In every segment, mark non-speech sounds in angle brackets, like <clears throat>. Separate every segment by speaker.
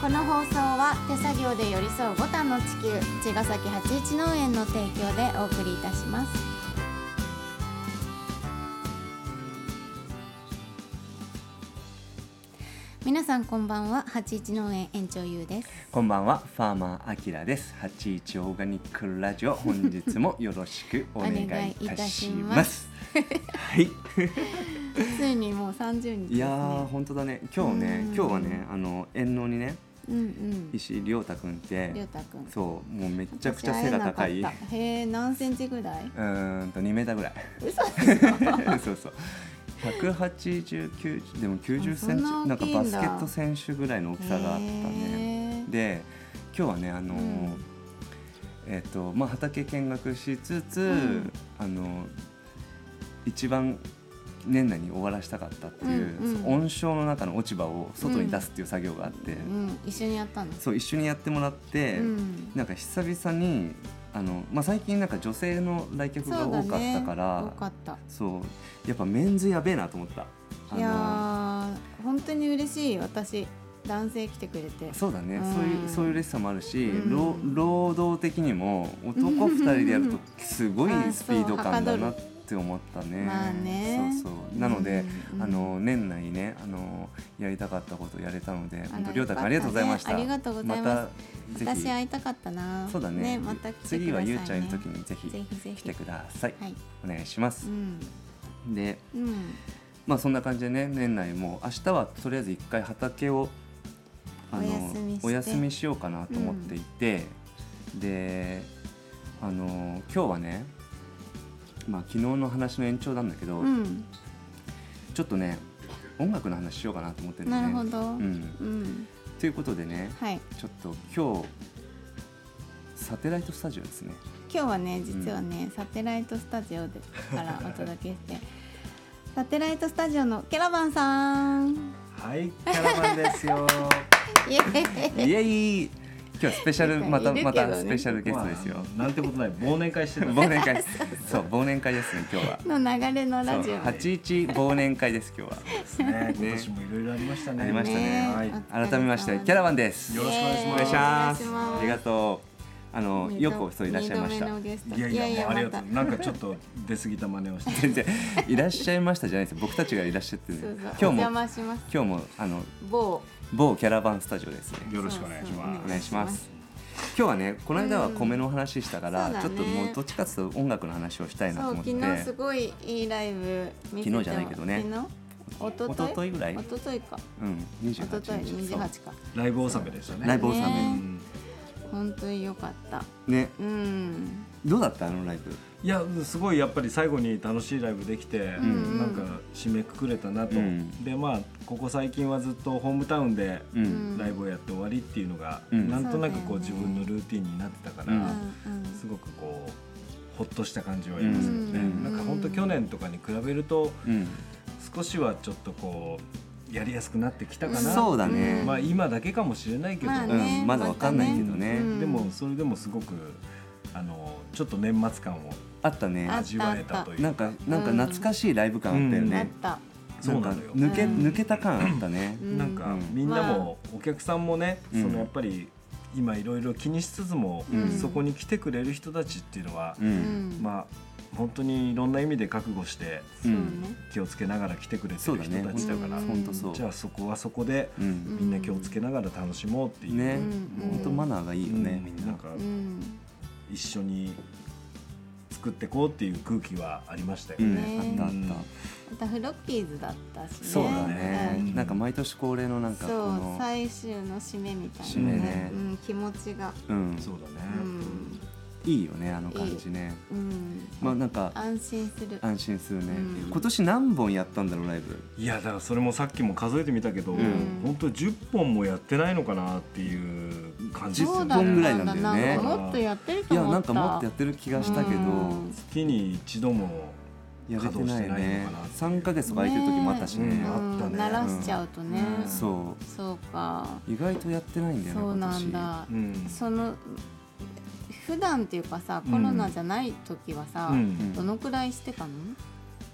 Speaker 1: この放送は手作業で寄り添うボタンの地球茅ヶ崎八一農園の提供でお送りいたします皆さんこんばんは八一農園園長ゆうです
Speaker 2: こんばんは、ファーマーアキラです。八一オーガニックラジオ、本日もよろしくお願いいたします。はい、
Speaker 1: ついにもう三十日ですね
Speaker 2: いやー、本当だね。今日ね
Speaker 1: う、ん
Speaker 2: 今日はね、あの遠野にね、
Speaker 1: うんうん
Speaker 2: 石井亮太くんっ
Speaker 1: りょう
Speaker 2: て、
Speaker 1: たくんめ
Speaker 2: そう、もうめっちゃくちゃ背が高い。う
Speaker 1: へえ何センチぐらい
Speaker 2: ーんと2メーターぐらい。
Speaker 1: 嘘
Speaker 2: <laughs> そうそう。百八十九でも九十
Speaker 1: あ
Speaker 2: センチ
Speaker 1: そんな大
Speaker 2: なんか
Speaker 1: きいんだ
Speaker 2: バスケット選手ぐらいの大きさがあったね。で今日はねあのー、
Speaker 1: うん
Speaker 2: えっ、とまあ畑見学しつつ、
Speaker 1: ん
Speaker 2: あの一番年内に終わらしたかったっていう、
Speaker 1: うんうん
Speaker 2: その温床の中の落ち葉を外に出すっていう作業があって、
Speaker 1: へえうん一緒にやったの
Speaker 2: そう一緒にやってもらって、
Speaker 1: うん
Speaker 2: なんか久々にあのまあ最近なんか女性の来客が多かった
Speaker 1: そうだね、
Speaker 2: から
Speaker 1: 多かった
Speaker 2: そうやっぱメンズやべえなと思った。あの
Speaker 1: いやー本当に嬉しい私男性来てくれて
Speaker 2: そうだね、
Speaker 1: うん
Speaker 2: そういうそういう嬉しさもあるし、
Speaker 1: うん
Speaker 2: 労労働的にも男2人でやるとすごいスピード感だなって思ったね。
Speaker 1: まあね
Speaker 2: そうそうなので、
Speaker 1: うん
Speaker 2: あの年内ねあのやりたかったことやれたので
Speaker 1: あ
Speaker 2: 本当
Speaker 1: の
Speaker 2: りょうたくんありがとうございました。
Speaker 1: ありがとうございま
Speaker 2: ますたぜ
Speaker 1: 私
Speaker 2: ひ
Speaker 1: 会いたかったな
Speaker 2: そうだね
Speaker 1: また来てください、ね、
Speaker 2: 次はゆうちゃんいる時にぜ
Speaker 1: ぜ
Speaker 2: ひ
Speaker 1: ひぜひ
Speaker 2: 来てください。
Speaker 1: はい
Speaker 2: お願いします
Speaker 1: う。ん
Speaker 2: で
Speaker 1: うん
Speaker 2: まあそんな感じでね年内もう明日はとりあえず一回畑を
Speaker 1: お休みして
Speaker 2: お休みしようかなと思っていて、であの今日はねまあ昨日の話の延長なんだけど、
Speaker 1: うん
Speaker 2: ちょっとね音楽の話しようかなと思ってるんだ
Speaker 1: な
Speaker 2: ね。
Speaker 1: るほど、
Speaker 2: う
Speaker 1: うん
Speaker 2: ん、ということでね
Speaker 1: はい
Speaker 2: ちょっと今日サテライトスタジオで
Speaker 1: <laughs>
Speaker 2: すね。
Speaker 1: 今日はね実はね、サテライトスタジオでからお届けして <laughs> サテライトスタジオのケラバンさん
Speaker 2: はいキャラバンです <laughs> よ。
Speaker 1: イエーイ
Speaker 2: イエイ今日はスペシャルまた、
Speaker 1: いるけど
Speaker 2: ま
Speaker 1: ね
Speaker 2: たスペシャルゲストですよ。
Speaker 3: まあなんてことない忘年会してた
Speaker 2: 忘
Speaker 1: <laughs>
Speaker 2: 年会です。そう忘年会ですね今日は。
Speaker 1: の流れのラジ
Speaker 2: そう
Speaker 1: オ
Speaker 2: 八一忘年会です今日は。
Speaker 3: です
Speaker 2: <laughs>
Speaker 3: ね今年もいろいろありましたね
Speaker 2: ありましたね
Speaker 3: はい
Speaker 1: お疲れ様
Speaker 2: 改め
Speaker 1: <laughs>
Speaker 2: ましてキャラバンです。
Speaker 3: よろしくお願いし
Speaker 2: お
Speaker 3: ます
Speaker 2: 願いしま
Speaker 1: お願いします
Speaker 2: す。ありがとう。あのよくお人いらっしゃいまし
Speaker 1: 二度目
Speaker 2: た
Speaker 1: の。ゲスト
Speaker 3: いやいやもうありが
Speaker 1: ま
Speaker 3: とうなんかちょっと出過ぎた真似をして
Speaker 2: 全然いらっしゃいましたじゃないですよ。僕たちがいらっしゃっ
Speaker 1: た
Speaker 2: てる
Speaker 1: そうそう。
Speaker 2: 今
Speaker 1: お
Speaker 2: 日
Speaker 1: 邪
Speaker 2: も
Speaker 1: 魔します
Speaker 2: 今日もあの
Speaker 1: 某
Speaker 2: 某キャラバンスタジオですね。
Speaker 3: よろしくお願いし
Speaker 1: そうそう
Speaker 2: お
Speaker 3: ま
Speaker 2: 願いします。今日はねこの間は米の話したから、
Speaker 1: うんそう
Speaker 2: ち
Speaker 1: だ
Speaker 2: ょっ
Speaker 1: ね
Speaker 2: ともうどっちかっていうと音楽の話をしたいなと
Speaker 1: そう
Speaker 2: 思って。
Speaker 1: 昨日すごいいいライブ見せて
Speaker 2: 昨日じゃないけどね
Speaker 1: 昨日一
Speaker 2: 一
Speaker 1: 昨
Speaker 2: 昨
Speaker 1: 日
Speaker 2: 日ぐらい
Speaker 1: 一。昨日か
Speaker 2: うん二十
Speaker 1: 一昨
Speaker 2: 八
Speaker 1: 日
Speaker 2: 日。そう
Speaker 1: 28か
Speaker 3: すライブ納めでしたね
Speaker 2: ライブ納
Speaker 3: う
Speaker 2: め。
Speaker 1: ね
Speaker 3: ん
Speaker 1: 本当に良かった
Speaker 2: ね
Speaker 1: うん
Speaker 2: どうだったあのライブ。
Speaker 3: いやすごいやっぱり最後に楽しいライブできて
Speaker 1: ん
Speaker 3: なんか締めくくれたなと
Speaker 2: うん
Speaker 3: でまあここ最近はずっとホームタウンで
Speaker 2: う。
Speaker 1: うんん
Speaker 3: ライブをやって終わりっていうのが
Speaker 2: うん
Speaker 3: なんとなくこう
Speaker 1: そ
Speaker 3: 自
Speaker 1: うだよね
Speaker 3: 分のルーティンになってたか
Speaker 1: う
Speaker 2: う
Speaker 1: ん
Speaker 3: ら
Speaker 1: うん
Speaker 3: すごくこうほっとした感じはありますよね、
Speaker 2: うん
Speaker 3: なんか本当去年とかに比べると
Speaker 2: うん。
Speaker 3: 少しはちょっとこうやりやすくなってきたかな、
Speaker 2: そうだね。
Speaker 3: まあ今だけかもしれないけど、
Speaker 1: まあ
Speaker 2: う
Speaker 1: ね
Speaker 2: ん、まだわかんないけどね、
Speaker 1: うん
Speaker 3: でもそれでもすごくあのちょっと年末感を
Speaker 2: あったね
Speaker 1: あ
Speaker 3: 味わえたという
Speaker 2: なんかなんか懐かしいライブ感あったよ
Speaker 1: あっ
Speaker 2: ね、
Speaker 1: た
Speaker 3: そうな
Speaker 2: なん
Speaker 3: の
Speaker 2: か
Speaker 3: よ
Speaker 2: 抜け、
Speaker 1: うん
Speaker 2: 抜けた感あったね、
Speaker 1: うん
Speaker 3: なんか
Speaker 2: うん
Speaker 3: みんなもお客さんもね、
Speaker 2: うん
Speaker 3: そのやっぱり今いろいろ気にしつつも、
Speaker 2: うん
Speaker 3: そこに来てくれる人たちっていうのは
Speaker 2: う、
Speaker 1: うんんあ
Speaker 3: まあ本当にいろんな意味で覚悟して
Speaker 1: そうね
Speaker 3: 気をつけながら来てくれてる人たちだから、
Speaker 1: うん
Speaker 2: ほんとそう
Speaker 3: じゃあそこはそこで
Speaker 2: う
Speaker 1: うん
Speaker 3: みんな気をつけながら楽しもうっていう、
Speaker 2: ね
Speaker 1: うん
Speaker 2: ほんとマナーがいいよね、みんな
Speaker 3: なんか
Speaker 1: うん
Speaker 3: 一緒に作ってこうっていう空気はありましたよ
Speaker 2: うん、
Speaker 3: ね。
Speaker 2: あったあった、
Speaker 3: うん
Speaker 1: またフロッキーズだったしね
Speaker 2: そうだね、
Speaker 3: うん
Speaker 2: なんか毎年恒例のなんかこ
Speaker 1: そう
Speaker 2: の
Speaker 1: 最終の締めみたい
Speaker 2: 締
Speaker 1: な
Speaker 2: め
Speaker 1: ね
Speaker 2: ね
Speaker 1: うん気持ちが
Speaker 2: うん、
Speaker 3: そうだね、
Speaker 1: うん
Speaker 2: いいよねあの感じね
Speaker 1: うん
Speaker 2: まあなんか
Speaker 1: 安心する
Speaker 2: 安心するね、
Speaker 1: うん
Speaker 2: 今年何本やったんだろうライブ
Speaker 3: いやだからそれもさっきも数えてみたけど、
Speaker 2: ん
Speaker 3: 本当10本もやってないのかなっていう感じです
Speaker 1: そ
Speaker 3: よ
Speaker 1: う
Speaker 3: ね
Speaker 1: だった
Speaker 2: 10本ぐらいなんだよね
Speaker 1: なんかもっとやってると
Speaker 2: いや
Speaker 1: 思
Speaker 2: な
Speaker 1: っ
Speaker 2: ん
Speaker 1: た
Speaker 2: かもっとやってる気がしたけど、
Speaker 1: うん
Speaker 3: 月に一度も
Speaker 2: やれてない
Speaker 3: 稼働してない
Speaker 2: ね
Speaker 3: のかな
Speaker 2: 3か月とか空いてる時もあったしね
Speaker 3: ね
Speaker 1: う
Speaker 3: や
Speaker 1: ん
Speaker 3: ったね
Speaker 1: 鳴らしちゃうとね
Speaker 3: うん
Speaker 1: そう
Speaker 2: そう
Speaker 1: か
Speaker 2: 意外とやってないんだよね
Speaker 1: そう
Speaker 2: 今
Speaker 1: な
Speaker 2: 年
Speaker 1: んだ
Speaker 3: うん
Speaker 1: その普段っていうかさコロナじゃない時はさ
Speaker 3: うん
Speaker 1: どのくらいしてたの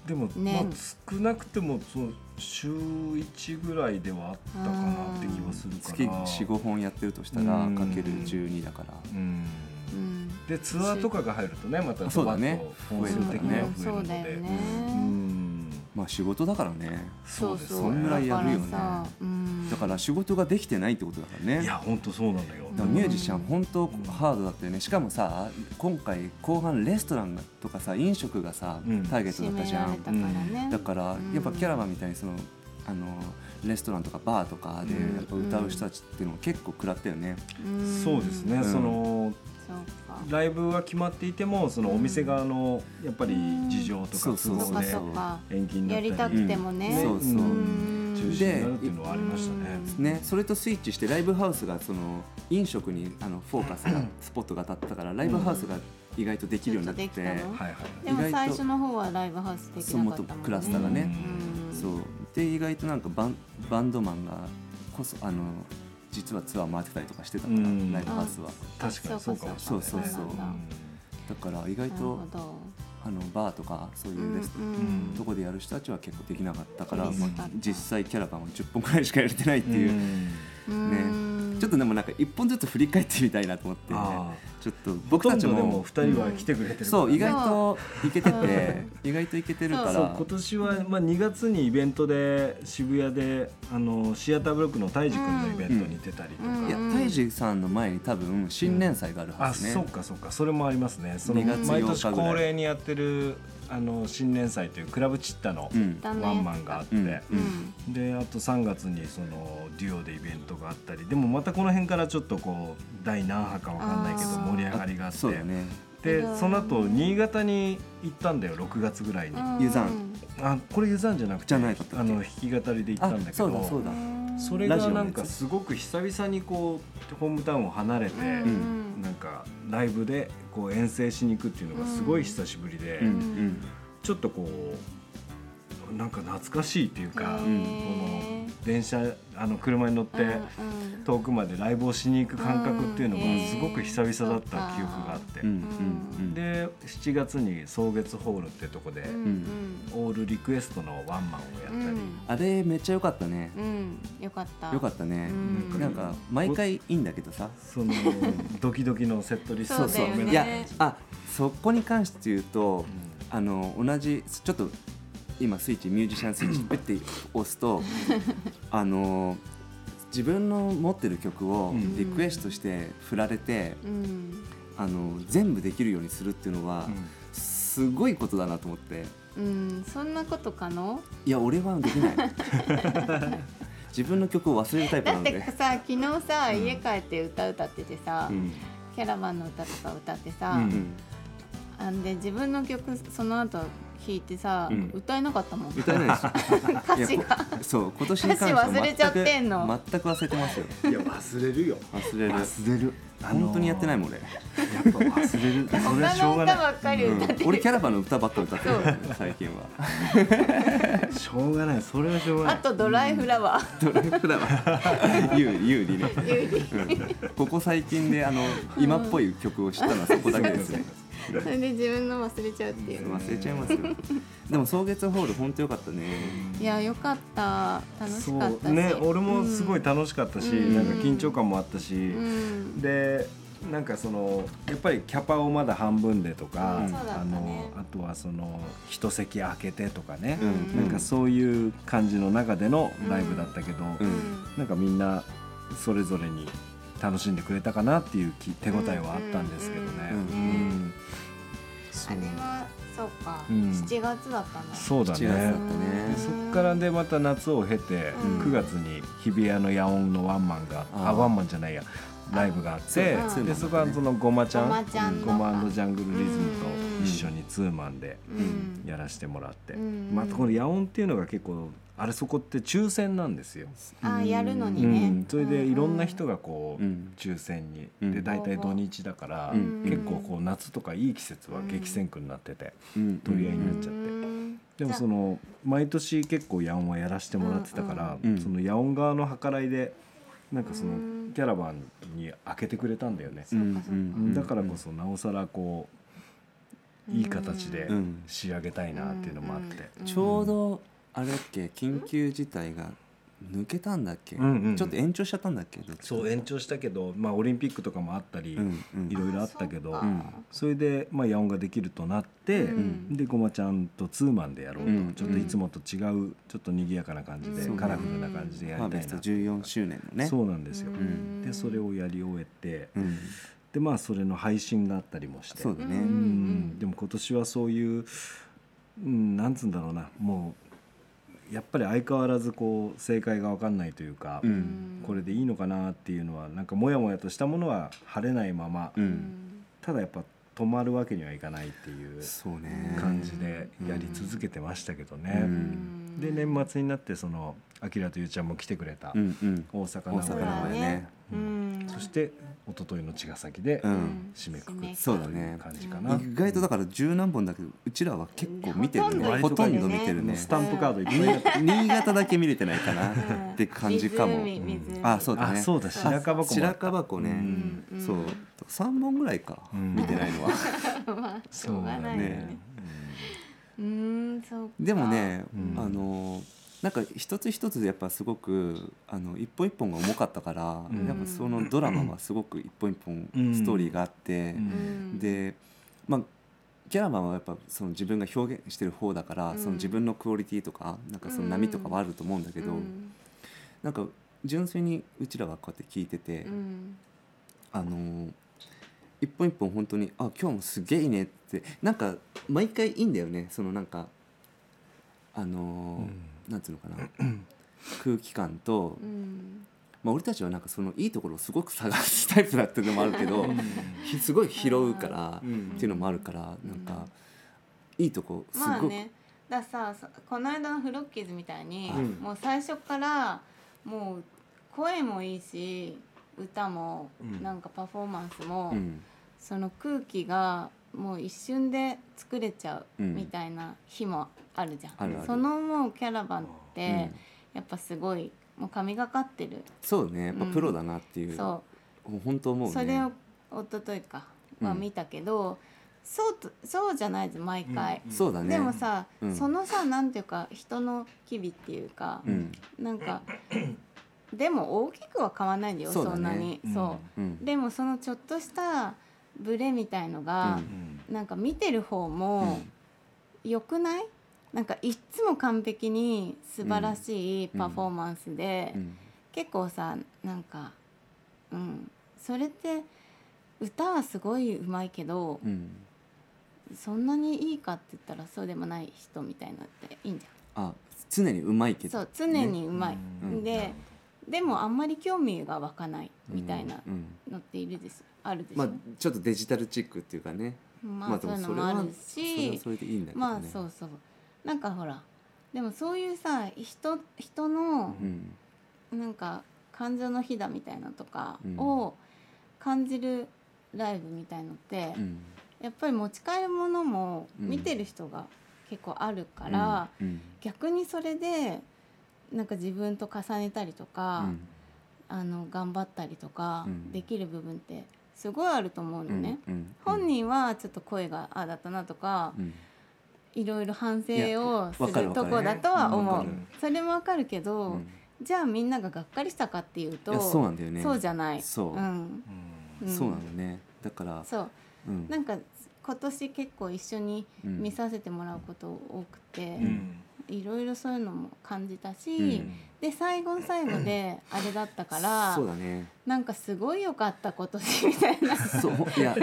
Speaker 3: でも、
Speaker 1: ね
Speaker 3: まあ少なくてもその週1ぐらいではあったかなって気はする
Speaker 2: 月
Speaker 3: から
Speaker 2: 45本やってるとしたら
Speaker 3: うん
Speaker 2: かける12だから
Speaker 3: うん
Speaker 1: うん
Speaker 3: でツアーとかが入るとねまた
Speaker 2: あそうだね
Speaker 3: ドバッと本数的には増える
Speaker 1: そ
Speaker 3: の
Speaker 1: うだよ
Speaker 3: で
Speaker 1: ね、
Speaker 3: うん
Speaker 2: まあ仕事だからね
Speaker 3: そうです
Speaker 2: そんぐらいやるよね
Speaker 1: だからさうん
Speaker 2: だから仕事ができてないってことだからね
Speaker 3: いや本当そうなんだよ
Speaker 2: だからミュージシャン
Speaker 1: うん
Speaker 2: 本当ハードだったよねしかもさ今回後半レストランとかさ飲食がさ
Speaker 3: うん
Speaker 2: ターゲットだ
Speaker 1: 締
Speaker 2: った
Speaker 1: め
Speaker 2: じゃ
Speaker 1: られ
Speaker 2: ん
Speaker 1: たからね、
Speaker 2: だから
Speaker 1: うん
Speaker 2: やっぱキャラバンみたいにそのあのレストランとかバーとかで
Speaker 3: うん
Speaker 2: やっぱ歌う人たちっていうのも結構食らったよね
Speaker 1: うん
Speaker 3: そうですね、
Speaker 2: うん
Speaker 3: その
Speaker 1: そうか
Speaker 3: ライブは決まっていてもそのお店側のやっぱり事情と
Speaker 2: そう
Speaker 3: か
Speaker 2: そ
Speaker 3: 都
Speaker 2: う
Speaker 1: そう
Speaker 3: 合
Speaker 1: か
Speaker 3: で
Speaker 1: そうか
Speaker 3: 延期にな
Speaker 1: や
Speaker 3: ったり
Speaker 1: りたくてもね
Speaker 2: そうそう
Speaker 1: うん
Speaker 3: 中止になるっていうのはありましたね。
Speaker 2: ね、それとスイッチしてライブハウスがその飲食にあのフォーカスがスポットが当たったからライブハウスが意外とできるようになって
Speaker 1: ちょっとできたの
Speaker 3: はいはい。
Speaker 1: でも
Speaker 2: 意外と
Speaker 1: 最初の方はライブハウスでき
Speaker 2: そう
Speaker 1: な
Speaker 2: も
Speaker 1: か
Speaker 2: っ
Speaker 1: っ
Speaker 2: と
Speaker 1: たもんね
Speaker 2: クラスターがね、
Speaker 1: うん
Speaker 2: そうで意外となんかバンバンドマンがこそあの実はツアー回ってたりとかしてたから、
Speaker 3: うん
Speaker 2: ライブハウスは
Speaker 3: 確かにそうかもしれ
Speaker 2: そ
Speaker 3: ないね。
Speaker 2: うそうそ
Speaker 1: な
Speaker 2: う
Speaker 1: んだ
Speaker 2: だから意外
Speaker 1: なるほ
Speaker 2: と
Speaker 1: ど
Speaker 2: あのバーとかそういうレスト
Speaker 1: うん
Speaker 3: うん
Speaker 2: とこでやる人たちは結構できなかったから、
Speaker 1: 厳し
Speaker 2: ま
Speaker 1: か
Speaker 2: あ
Speaker 1: った
Speaker 2: 実際キャラバンは10本くらいしかやれてないって
Speaker 3: ん
Speaker 2: いう、
Speaker 1: うん
Speaker 2: ちょっとでもなんか1本ずつ振り返ってみたいなと思って、
Speaker 3: ああ
Speaker 2: ちょっと僕
Speaker 3: 僕た
Speaker 2: た
Speaker 3: ち
Speaker 2: ち
Speaker 3: もで
Speaker 2: も
Speaker 3: も二人は来てくれてるから
Speaker 2: そう意外
Speaker 1: ね
Speaker 2: といけて
Speaker 1: う
Speaker 2: て
Speaker 1: ん
Speaker 2: 意外といけてるか
Speaker 1: そ
Speaker 3: そう
Speaker 2: ら
Speaker 3: 今年はまあ2月にイベントで渋谷であのシアターブロックのたいじくんのイベントに出たりとか、
Speaker 1: うん
Speaker 2: いや
Speaker 1: うん
Speaker 2: たいじさんの前に多分新年祭があるは
Speaker 3: あ
Speaker 2: ずね、
Speaker 3: そうかそうかそれもありますねその
Speaker 2: 2月
Speaker 3: 毎年
Speaker 2: 8日ぐらい
Speaker 3: 恒例にやってるあの新年祭というクラブチッタの
Speaker 2: うん
Speaker 1: だね
Speaker 3: ワンマンがあって、
Speaker 2: うん
Speaker 1: うん
Speaker 3: であと3月にそのデュオでイベントがあったりでもまたこの辺からちょっとこう第何波かわかんないけど
Speaker 1: あー
Speaker 3: 盛り上がりがあって
Speaker 2: そうだね
Speaker 3: で
Speaker 1: うん
Speaker 3: その後新潟に行ったんだよ6月ぐらいに、
Speaker 1: うん
Speaker 2: ユザン
Speaker 3: あこれユザンじゃなくて
Speaker 2: じゃないかったっけ
Speaker 3: あの弾き語りで行った
Speaker 2: あ
Speaker 3: んだけ
Speaker 2: そうだ
Speaker 3: ど
Speaker 2: そうだ
Speaker 1: うん
Speaker 3: それが
Speaker 2: ラ
Speaker 3: なん
Speaker 2: ジオのや
Speaker 3: か
Speaker 2: つ
Speaker 3: すごく久々にこうホームタウンを離れて、
Speaker 1: うんうん
Speaker 3: なんかライブでこう遠征しに行くっていうのがすごい久しぶりで、
Speaker 2: うん
Speaker 1: ん
Speaker 3: ちょっとこうなんか懐かしいっていうか、
Speaker 1: へー
Speaker 3: この電車あの車に乗って
Speaker 1: うんうん
Speaker 3: 遠くまでライブをしに行く感覚っていうのが
Speaker 1: うん
Speaker 3: すごく久々だった記憶があって、
Speaker 2: うんうんうん
Speaker 3: で7月に草月ホールってとこで
Speaker 1: うんうん
Speaker 3: オールリクエストのワンマンをやったり、
Speaker 2: あれめっちゃ良かったね
Speaker 1: うんよかった
Speaker 2: 良かったね
Speaker 1: うん
Speaker 2: なんか毎回いいんだけどさ
Speaker 3: そ
Speaker 1: <laughs>
Speaker 3: のドキドキのセットリスト
Speaker 1: そうだよね
Speaker 2: いやあそこに関して言うと
Speaker 3: う
Speaker 2: あの同じちょっと今スイッチミュージシャンスイッチペッて押
Speaker 1: <laughs>
Speaker 2: すとあの自分の持ってる曲を
Speaker 3: うん
Speaker 2: リクエストして振られて、
Speaker 1: うん
Speaker 2: あの全部できるようにするっていうのは、
Speaker 3: ん
Speaker 2: すごいことだなと思って
Speaker 1: うんそんなこと可能
Speaker 2: いや俺はできない <laughs> 自分の曲を忘れるタイプな
Speaker 1: だ
Speaker 2: の
Speaker 1: っ
Speaker 2: で
Speaker 1: てさ昨日さ
Speaker 3: うん
Speaker 1: 家帰って歌歌っててさ
Speaker 2: うん
Speaker 1: キャラバンの歌とか歌って
Speaker 3: う
Speaker 1: さ
Speaker 2: うん
Speaker 1: あんで自分の曲その後弾いてさ
Speaker 2: うん
Speaker 1: 歌えなかったもん
Speaker 2: 歌えないでしょ
Speaker 1: 歌詞
Speaker 2: いや
Speaker 1: が
Speaker 2: こそう今年に関しては
Speaker 1: 歌詞忘れちゃってんの
Speaker 2: 全く全く忘れてますよ
Speaker 3: いや忘れるよ
Speaker 2: 忘れる
Speaker 3: 忘れる
Speaker 2: 本当にやってないもん
Speaker 3: ん
Speaker 2: 俺、
Speaker 3: やっぱ <laughs> 忘れるそれはしょう
Speaker 1: 他の
Speaker 3: が
Speaker 1: 歌ばっ
Speaker 3: な
Speaker 1: かり歌って
Speaker 2: うん俺キャラバンの歌ばっか歌ってるからね最近はい
Speaker 3: しょうがないそれはしょうがな
Speaker 1: あ
Speaker 3: い
Speaker 1: とドライフラワー
Speaker 2: ドライフラワ
Speaker 1: <laughs>
Speaker 2: ー有有利ね
Speaker 1: 有利
Speaker 2: うんここ最近であの今っぽい曲を知ったのはそこだけですね
Speaker 1: それで自分の忘れちゃうっていう
Speaker 2: 忘れちゃいますよでも草月ホール本当よかったね
Speaker 1: いやよかった楽しかった
Speaker 3: そ
Speaker 1: し
Speaker 3: うね俺もすごい
Speaker 1: うん
Speaker 3: 楽しかったし、
Speaker 1: うん
Speaker 3: なんか緊張感もあったし、
Speaker 1: うん
Speaker 3: でなんかそのやっぱりキャパをまだ半分でとか、
Speaker 1: うんそうだった
Speaker 3: あ
Speaker 1: ね
Speaker 3: のあとはその一席空けてとかね
Speaker 2: う、
Speaker 1: ん
Speaker 3: なんかそういう感じの中でのライブだったけど、
Speaker 2: うん
Speaker 3: なんかみんなそれぞれに楽しんでくれたかなっていうき手応えはあったんですけどね。
Speaker 2: うんうん
Speaker 1: うん
Speaker 3: うん
Speaker 1: あ
Speaker 3: そう
Speaker 1: れはそうか、
Speaker 3: うん
Speaker 1: 7月だったの
Speaker 3: そうだ
Speaker 2: 7月だった
Speaker 3: ね
Speaker 2: ね
Speaker 3: でそっからでまた夏を経て、
Speaker 1: うん
Speaker 3: 9月に日比谷の野音のワンマンがあ
Speaker 2: あー
Speaker 3: ワンマンじゃないやライブがあって
Speaker 1: あー
Speaker 2: そう
Speaker 3: で
Speaker 2: だ
Speaker 3: そこはそのごまちゃん
Speaker 1: ごまちゃんの
Speaker 3: ごまジャングルリズムと一緒にツーマンで
Speaker 1: うん
Speaker 3: やらせてもらって、
Speaker 1: うん
Speaker 3: またこの野音っていうのが結構あれそこって抽選なんですよ。
Speaker 1: あやるの
Speaker 3: う
Speaker 1: にね、
Speaker 3: ん、それでいろんな人がこう、
Speaker 2: うん
Speaker 3: 抽選に、
Speaker 2: うん
Speaker 3: で大体土日だから、
Speaker 2: うん
Speaker 3: 結構こう夏とかいい季節は激戦区になってて、
Speaker 2: うん
Speaker 3: 取り合いになっ
Speaker 1: う
Speaker 3: ちゃって。
Speaker 1: ん
Speaker 3: でもその毎年結構野音はやらせてもらってたから、
Speaker 2: うんうん
Speaker 3: その野音側の計らいでなんかその
Speaker 1: うん
Speaker 3: キャラバンに開けてくれたんだよね、
Speaker 1: そうかそうか
Speaker 2: うん
Speaker 3: だからこそなおさらこういい形で
Speaker 1: うん
Speaker 3: 仕上げたいなっていうのもあって、
Speaker 2: ちょうどあれだっけ緊急事態が抜けたんだっけ、
Speaker 3: うんうんうん
Speaker 2: ちょっと延長しちゃったんだっけどっちか
Speaker 3: そう延長したけど、まあ、オリンピックとかもあったり、
Speaker 2: うんうん
Speaker 3: いろいろあったけど
Speaker 1: あ
Speaker 3: そ,、
Speaker 1: そっか
Speaker 3: れで、まあ、野音ができるとなって、
Speaker 1: うん
Speaker 3: でごまちゃんとツーマンでやろうと、
Speaker 2: うん
Speaker 3: ちょっといつもと違うちょっと賑やかな感じで、
Speaker 2: うん
Speaker 3: カラフルな感じでや
Speaker 2: まあ
Speaker 3: りた
Speaker 2: ベ
Speaker 3: い
Speaker 2: スト
Speaker 3: な、
Speaker 2: 14周年のね
Speaker 3: そうなんですよ、
Speaker 2: ん
Speaker 3: でそれをやり終えて、
Speaker 2: うん
Speaker 3: でまあそれの配信があったりもして
Speaker 2: そうだね、
Speaker 1: うん
Speaker 3: うんでも今年はそういう、うん、なんつうんだろうなもうやっぱり相変わらずこう正解が分かんないというか、
Speaker 2: うん
Speaker 3: これでいいのかなっていうのはなんかモヤモヤとしたものは晴れないまま、
Speaker 2: うん
Speaker 3: ただやっぱ止まるわけにはいかないっていう
Speaker 2: そうね
Speaker 3: 感じでやり続けてましたけどね。
Speaker 2: うん
Speaker 3: で年末になってそのアキラとゆうちゃんも来てくれた、
Speaker 2: うんうん
Speaker 3: 大阪
Speaker 2: 大
Speaker 3: 名
Speaker 1: そう
Speaker 2: 阪名
Speaker 3: 古屋
Speaker 1: だ
Speaker 2: 古屋
Speaker 1: ね
Speaker 2: ね
Speaker 1: うん
Speaker 3: そして一昨日の茅ヶ崎で
Speaker 2: うん
Speaker 3: 締めくくっ
Speaker 2: そうだ
Speaker 3: たとい
Speaker 2: ね
Speaker 3: う感じかな、
Speaker 2: 意外とだから十何本だけどうちらは結構見てるねほ
Speaker 1: ほ
Speaker 2: と
Speaker 1: と
Speaker 2: ん
Speaker 1: ん
Speaker 2: ど
Speaker 1: ど
Speaker 2: 見
Speaker 1: 見
Speaker 2: て
Speaker 1: て
Speaker 2: る
Speaker 1: る
Speaker 2: ね
Speaker 3: もうスタンプカードいっぱいだった
Speaker 2: 新潟だけ見れてないかなって感じかも
Speaker 1: 湖湖
Speaker 2: あそうだね
Speaker 3: あそうだ白樺湖もあった
Speaker 2: 白樺湖ね、
Speaker 3: うん
Speaker 1: うん
Speaker 2: そう3本ぐらいか、
Speaker 3: うん
Speaker 2: 見てないのは
Speaker 1: まあし
Speaker 3: そ
Speaker 1: ょ
Speaker 3: う
Speaker 1: う
Speaker 3: だ
Speaker 1: がないよね
Speaker 3: ね。
Speaker 1: うーんそうか
Speaker 2: でもね、
Speaker 3: うん
Speaker 2: あのなんか一つ一つやっぱすごくあの一本一本が重かったから、
Speaker 3: うん
Speaker 2: やっぱそのドラマはすごく一本一本
Speaker 3: うん
Speaker 2: ストーリーがあって
Speaker 3: う、
Speaker 1: うんん
Speaker 2: でまあキャラマンはやっぱその自分が表現してる方だから、
Speaker 1: うん
Speaker 2: その自分のクオリティとかなんかその波とかはあると思うんだけど、
Speaker 1: うん
Speaker 2: なんか純粋にうちらはこうやって聞いてて、
Speaker 1: うん
Speaker 2: あのー一本一本本当に「あ今日もすげえいいね」ってなんか毎回いいんだよねそのなんかあのーなんていうのかな空気感と
Speaker 1: う、ん
Speaker 2: まあ、俺たちはなんかそのいいところをすごく探すタイプだっていうのもあるけどひすごい拾うから
Speaker 3: うんうん
Speaker 2: っていうのもあるからなんかいいとこす
Speaker 1: まあ
Speaker 2: ごく、
Speaker 1: ねだからさそこの間のフロッキーズみたいに、
Speaker 3: うん
Speaker 1: もう最初からもう声もいいし歌も
Speaker 3: うん
Speaker 1: なんかパフォーマンスも、
Speaker 2: うん
Speaker 1: その空気がもう一瞬で作れちゃう
Speaker 2: うん
Speaker 1: みたいな日もあるじゃん、
Speaker 2: あるある
Speaker 1: そのもうキャラバンっ
Speaker 2: う
Speaker 1: て、
Speaker 2: ん
Speaker 1: やっぱすごいもう神がかってる、
Speaker 2: そうね、ま
Speaker 1: う
Speaker 2: あ、
Speaker 1: ん
Speaker 2: プロだなっていう,、
Speaker 1: そう
Speaker 2: 本当思うね。
Speaker 1: それを一昨日か、まあ、
Speaker 2: うん
Speaker 1: 見たけど、そうとそうじゃないです毎回、
Speaker 2: そうだね
Speaker 1: でもさ、
Speaker 2: うん
Speaker 1: そのさなんていうか人の機微っていうか、
Speaker 2: うん
Speaker 1: なんか <clears throat> でも大きくは変わらないんだよ
Speaker 2: そ
Speaker 1: そ,、
Speaker 2: うだね
Speaker 1: んなに、
Speaker 3: うん
Speaker 1: そ
Speaker 2: うん
Speaker 1: うでもそのちょっとしたブレみたいのが、なんか見てる方も良くない、なんかいっつも完璧に素晴らしいパフォーマンスで、
Speaker 2: うん
Speaker 1: 結構さなんかうんそれって歌はすごいうまいけど、
Speaker 2: うん
Speaker 1: そんなにいいかって言ったらそうでもない人みたいなっていいんじ
Speaker 2: あ常にうまい
Speaker 1: ゃ
Speaker 2: け
Speaker 1: んそ
Speaker 2: ど
Speaker 1: う常にうまい、
Speaker 2: うん
Speaker 1: ででもあんまり興味が湧かないみたいな
Speaker 2: うんうん
Speaker 1: のっているです、あるでしょ、
Speaker 2: まあちょっとデジタルチックっていうかね
Speaker 1: まあ、
Speaker 2: まあ
Speaker 1: そ
Speaker 2: で
Speaker 1: う
Speaker 2: も
Speaker 1: いうの
Speaker 2: それ
Speaker 1: もあ
Speaker 2: は
Speaker 1: る
Speaker 2: それは
Speaker 1: し
Speaker 2: それでいいんだけどね
Speaker 1: まあそうそうなんかほらでもそういうさ人人の
Speaker 2: うん
Speaker 1: なんか感情のひだみたいなとか
Speaker 2: うん
Speaker 1: を感じるライブみたいのって、
Speaker 2: うん
Speaker 1: やっぱり持ち帰るものも
Speaker 2: うん
Speaker 1: 見てる人が結構あるから、
Speaker 2: うん
Speaker 1: 逆にそれでなんか自分と重ねたりと
Speaker 2: う
Speaker 1: か、
Speaker 2: ん
Speaker 1: あの頑張ったりとか
Speaker 2: うん
Speaker 1: できる部分ってすごいあると思うの
Speaker 2: うん
Speaker 1: ね。
Speaker 2: うんうん
Speaker 1: 本人はちょっと声がああだったなとか、
Speaker 2: うん
Speaker 1: いろいろ反省を
Speaker 2: わ
Speaker 1: す
Speaker 2: かる
Speaker 1: る
Speaker 2: わか
Speaker 1: と
Speaker 2: る
Speaker 1: こだとは
Speaker 2: わ
Speaker 1: 思
Speaker 2: か
Speaker 1: う
Speaker 2: る。
Speaker 1: それもわかるけ
Speaker 2: う
Speaker 1: ど、
Speaker 2: ん
Speaker 1: じゃあみんなががっかりしたかっていう
Speaker 2: い
Speaker 1: と
Speaker 2: やそうなんだよね
Speaker 1: そうじゃない。
Speaker 2: そう
Speaker 1: うんうん
Speaker 2: そうなのねだから
Speaker 1: そう
Speaker 2: うん
Speaker 1: なんか今年結構一緒に
Speaker 2: うん
Speaker 1: 見させてもらうこと多くて、いろいろそういうのも感じたし、
Speaker 2: うん
Speaker 1: で最後の最後であれだったから
Speaker 2: そうだね
Speaker 1: なんかすごい良かった今年みた
Speaker 2: <laughs>
Speaker 1: いな
Speaker 2: そういや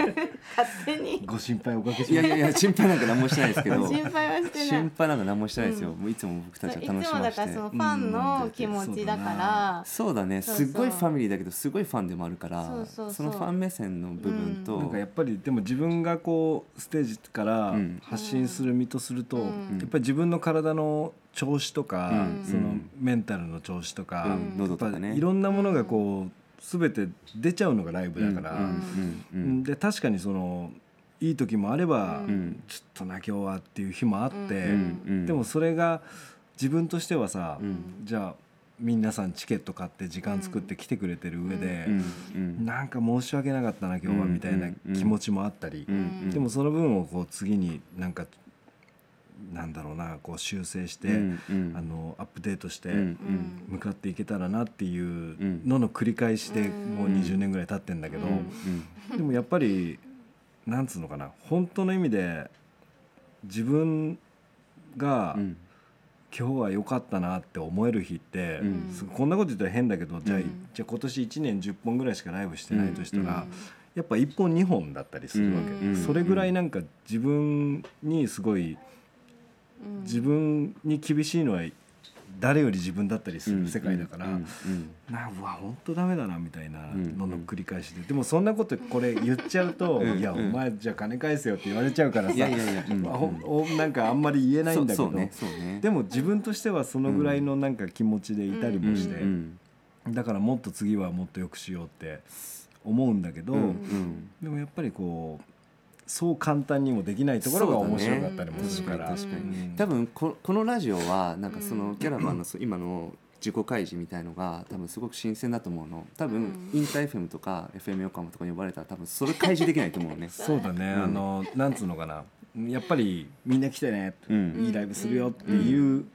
Speaker 1: 勝手に
Speaker 3: ご心配おかけし
Speaker 2: いや
Speaker 3: ま
Speaker 2: いやいや心配なんか何もしてないですけど
Speaker 1: 心配はしてない
Speaker 2: 心配なんか何もしてないですよ
Speaker 1: うん
Speaker 2: もういつも僕たち
Speaker 1: そう
Speaker 2: はい楽
Speaker 1: つ
Speaker 2: し
Speaker 1: も
Speaker 2: ま
Speaker 1: だ
Speaker 2: して
Speaker 1: からそのファンの気持ちだから、
Speaker 2: そうだね
Speaker 1: そうそう
Speaker 2: すごいファミリーだけどすごいファンでもあるから
Speaker 1: そうそうそう
Speaker 2: そのファン目線の部分と、
Speaker 3: なんかやっぱりでも自分がこうステージから
Speaker 2: うん
Speaker 3: 発信する身とすると、
Speaker 1: うん
Speaker 3: やっぱり自分の体の調子とか、
Speaker 2: うん
Speaker 3: そのメンタルの調子とか、
Speaker 2: う
Speaker 3: や
Speaker 2: ん
Speaker 1: ん
Speaker 2: 喉
Speaker 3: っぱ
Speaker 2: とかね
Speaker 3: いろんなものがこう全て出ちゃうのがライブだから、
Speaker 2: うんうんうん
Speaker 3: で確かにそのいい時もあれば、
Speaker 1: うん
Speaker 3: ちょっとな今日はっていう日もあって、
Speaker 1: うん
Speaker 2: うん
Speaker 3: でもそれが自分としてはさ、
Speaker 2: うん
Speaker 1: ん
Speaker 3: じゃあ皆さんチケット買って時間作って来てくれてる上で、
Speaker 2: うんうん
Speaker 3: なんか申し訳なかったな今日はみたいな気持ちもあったり、
Speaker 2: うん
Speaker 3: でもその分をこう次になんかなんだろうなこう修正して、
Speaker 2: うんうん
Speaker 3: あのアップデートして。
Speaker 2: うん
Speaker 1: うん
Speaker 3: 向かっていけたらなっていうのの繰り返しで
Speaker 1: うん
Speaker 3: もう20年ぐらい経ってんだけど、
Speaker 1: うん
Speaker 2: うん
Speaker 3: でもやっぱりなんつうのかな本当の意味で自分が
Speaker 2: うん
Speaker 3: 今日は良かったなって思える日って、
Speaker 2: うん
Speaker 3: すこんなこと言ったら変だけど、じゃあ
Speaker 1: うん
Speaker 3: じゃあ今年1年10本ぐらいしかライブしてないとしたら、
Speaker 2: うん
Speaker 1: うん
Speaker 3: やっぱ1本2本だったりするわけ、
Speaker 1: うん
Speaker 3: それぐらいなんか自分にすごい
Speaker 1: うん
Speaker 3: 自分に厳しいのは誰より自分だったりする世界だから。
Speaker 2: うん
Speaker 3: なうわ本当ダメだなみたいな
Speaker 2: うん
Speaker 3: のの繰り返しででもそんなことこれ言っちゃうと「
Speaker 2: うん
Speaker 3: いやお
Speaker 2: うん
Speaker 3: 前じゃあ金返せよ」って言われちゃうか
Speaker 2: うん
Speaker 3: らさ
Speaker 2: いやいやいや、うん
Speaker 3: あほんおなんかあんまり言えないんだけ
Speaker 2: そう
Speaker 3: ど、
Speaker 2: そうねそうね
Speaker 3: でも自分としてはそのぐらいのなんか気持ちでいたりもして、
Speaker 2: うんうん
Speaker 3: だからもっと次はもっと良くしようって思うんだけど、
Speaker 2: うんうん
Speaker 3: でもやっぱりこうそう簡単にもできないところが面白かったりもするから。
Speaker 1: そうだね確かに確
Speaker 2: かに
Speaker 3: うん
Speaker 2: 多分ここのラジオはなんかそうの
Speaker 1: ん
Speaker 2: キャラバンのそう今の自己開示みたいのが多分すごく新鮮だと思うの多分
Speaker 1: うん
Speaker 2: インター FM とか FM 横浜とかに呼ばれたら多分それ開示できないと思うね
Speaker 3: そうだね、
Speaker 2: うん
Speaker 3: あのなんつうのかなやっぱりみんな来てね、
Speaker 2: うん
Speaker 3: いいライブするよっていう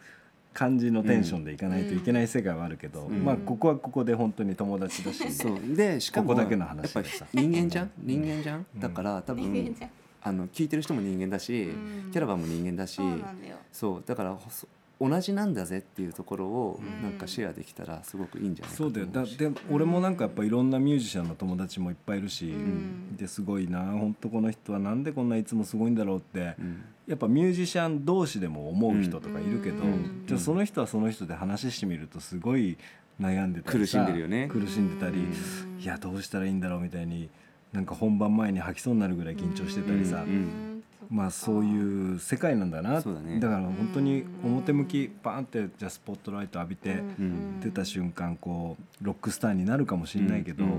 Speaker 3: 感じのテンションでいかないといけない世界はあるけど、
Speaker 2: ん
Speaker 3: まあここはここで本当に友達だし、
Speaker 2: そうでしかも
Speaker 3: ここだけの話
Speaker 2: やっぱり
Speaker 3: でさ
Speaker 2: 人間じゃん人間じゃん、
Speaker 3: うん
Speaker 2: だから多
Speaker 1: 人間
Speaker 2: 分
Speaker 1: じゃん
Speaker 2: あの聞いてる人も人間だし、
Speaker 1: うん
Speaker 2: キャラバンも人間だし
Speaker 1: そうなんだよ
Speaker 2: そうだからほそ同じなんだぜっていうところを
Speaker 1: ん
Speaker 2: なんかシェアできたらすごくいいんじゃないかと
Speaker 3: そう
Speaker 2: 思
Speaker 3: だよ
Speaker 2: し
Speaker 3: だで俺もなんかやっぱいろんなミュージシャンの友達もいっぱいいるし、
Speaker 1: ん
Speaker 3: ですごいな本当この人はなんでこんないつもすごいんだろうって、
Speaker 2: うん
Speaker 3: やっぱミュージシャン同士でも思う人とかいるけど、
Speaker 1: うん
Speaker 3: じゃあその人はその人で話してみるとすごい悩んでた
Speaker 2: 苦
Speaker 3: りさ
Speaker 2: しんでるよね
Speaker 3: 苦しんでた
Speaker 1: う
Speaker 3: り、
Speaker 1: ん
Speaker 3: いやどうしたらいいんだろうみたいになんか本番前に吐きそうになるぐらい緊張してたりさ、
Speaker 2: う
Speaker 1: う
Speaker 2: ん
Speaker 1: ん
Speaker 3: まあそういう世界なんだな
Speaker 2: そうだね
Speaker 3: から本当に表向きバーンってじゃあスポットライト浴びて
Speaker 2: ん
Speaker 3: 出た瞬間こうロックスターになるかもしれないけど、
Speaker 2: うん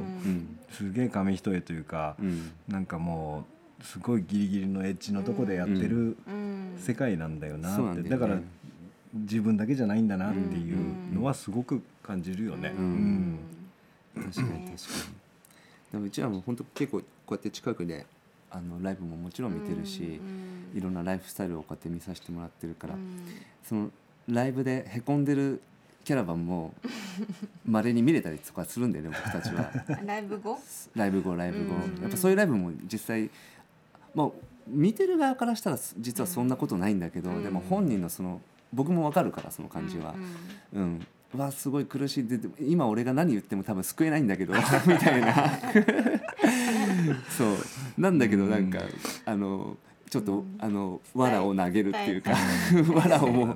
Speaker 3: すげえ紙一重というか、
Speaker 2: うんうん
Speaker 3: なんかもうすごいギリギリのエッジのとこでやってる、
Speaker 1: うん
Speaker 3: 世界なんだよなって
Speaker 2: そう
Speaker 3: だ
Speaker 2: なんだよね
Speaker 3: から自分だけじゃないんだなっていうのはすごく感じるよね。
Speaker 1: う
Speaker 3: うんん
Speaker 2: 確かに確かにでもうちらも本当結構こうやって近くであのライブももちろん見てるし
Speaker 1: うん
Speaker 2: いろんなライフスタイルをこうやって見させてもらってるから
Speaker 1: うん
Speaker 2: そのライブでへこんでるキャラバンもまれに見れたりとかするんだよね僕たちは
Speaker 1: ライブ後
Speaker 2: ライブ後ライブ後
Speaker 1: うん
Speaker 2: やっぱそういうライブも実際まあ見てる側からしたら実はそんなことないんだけど
Speaker 1: うん
Speaker 2: でも本人のその僕もわかるからその感じは
Speaker 1: うん
Speaker 2: うん、うわすごい苦しいででも今俺が何言っても多分救えないんだけど <laughs> みた
Speaker 3: <laughs>
Speaker 2: いなそうなんだけどなんか、あのちょっと、あの藁を投げるっていうか <laughs> �라をも
Speaker 1: 一
Speaker 2: う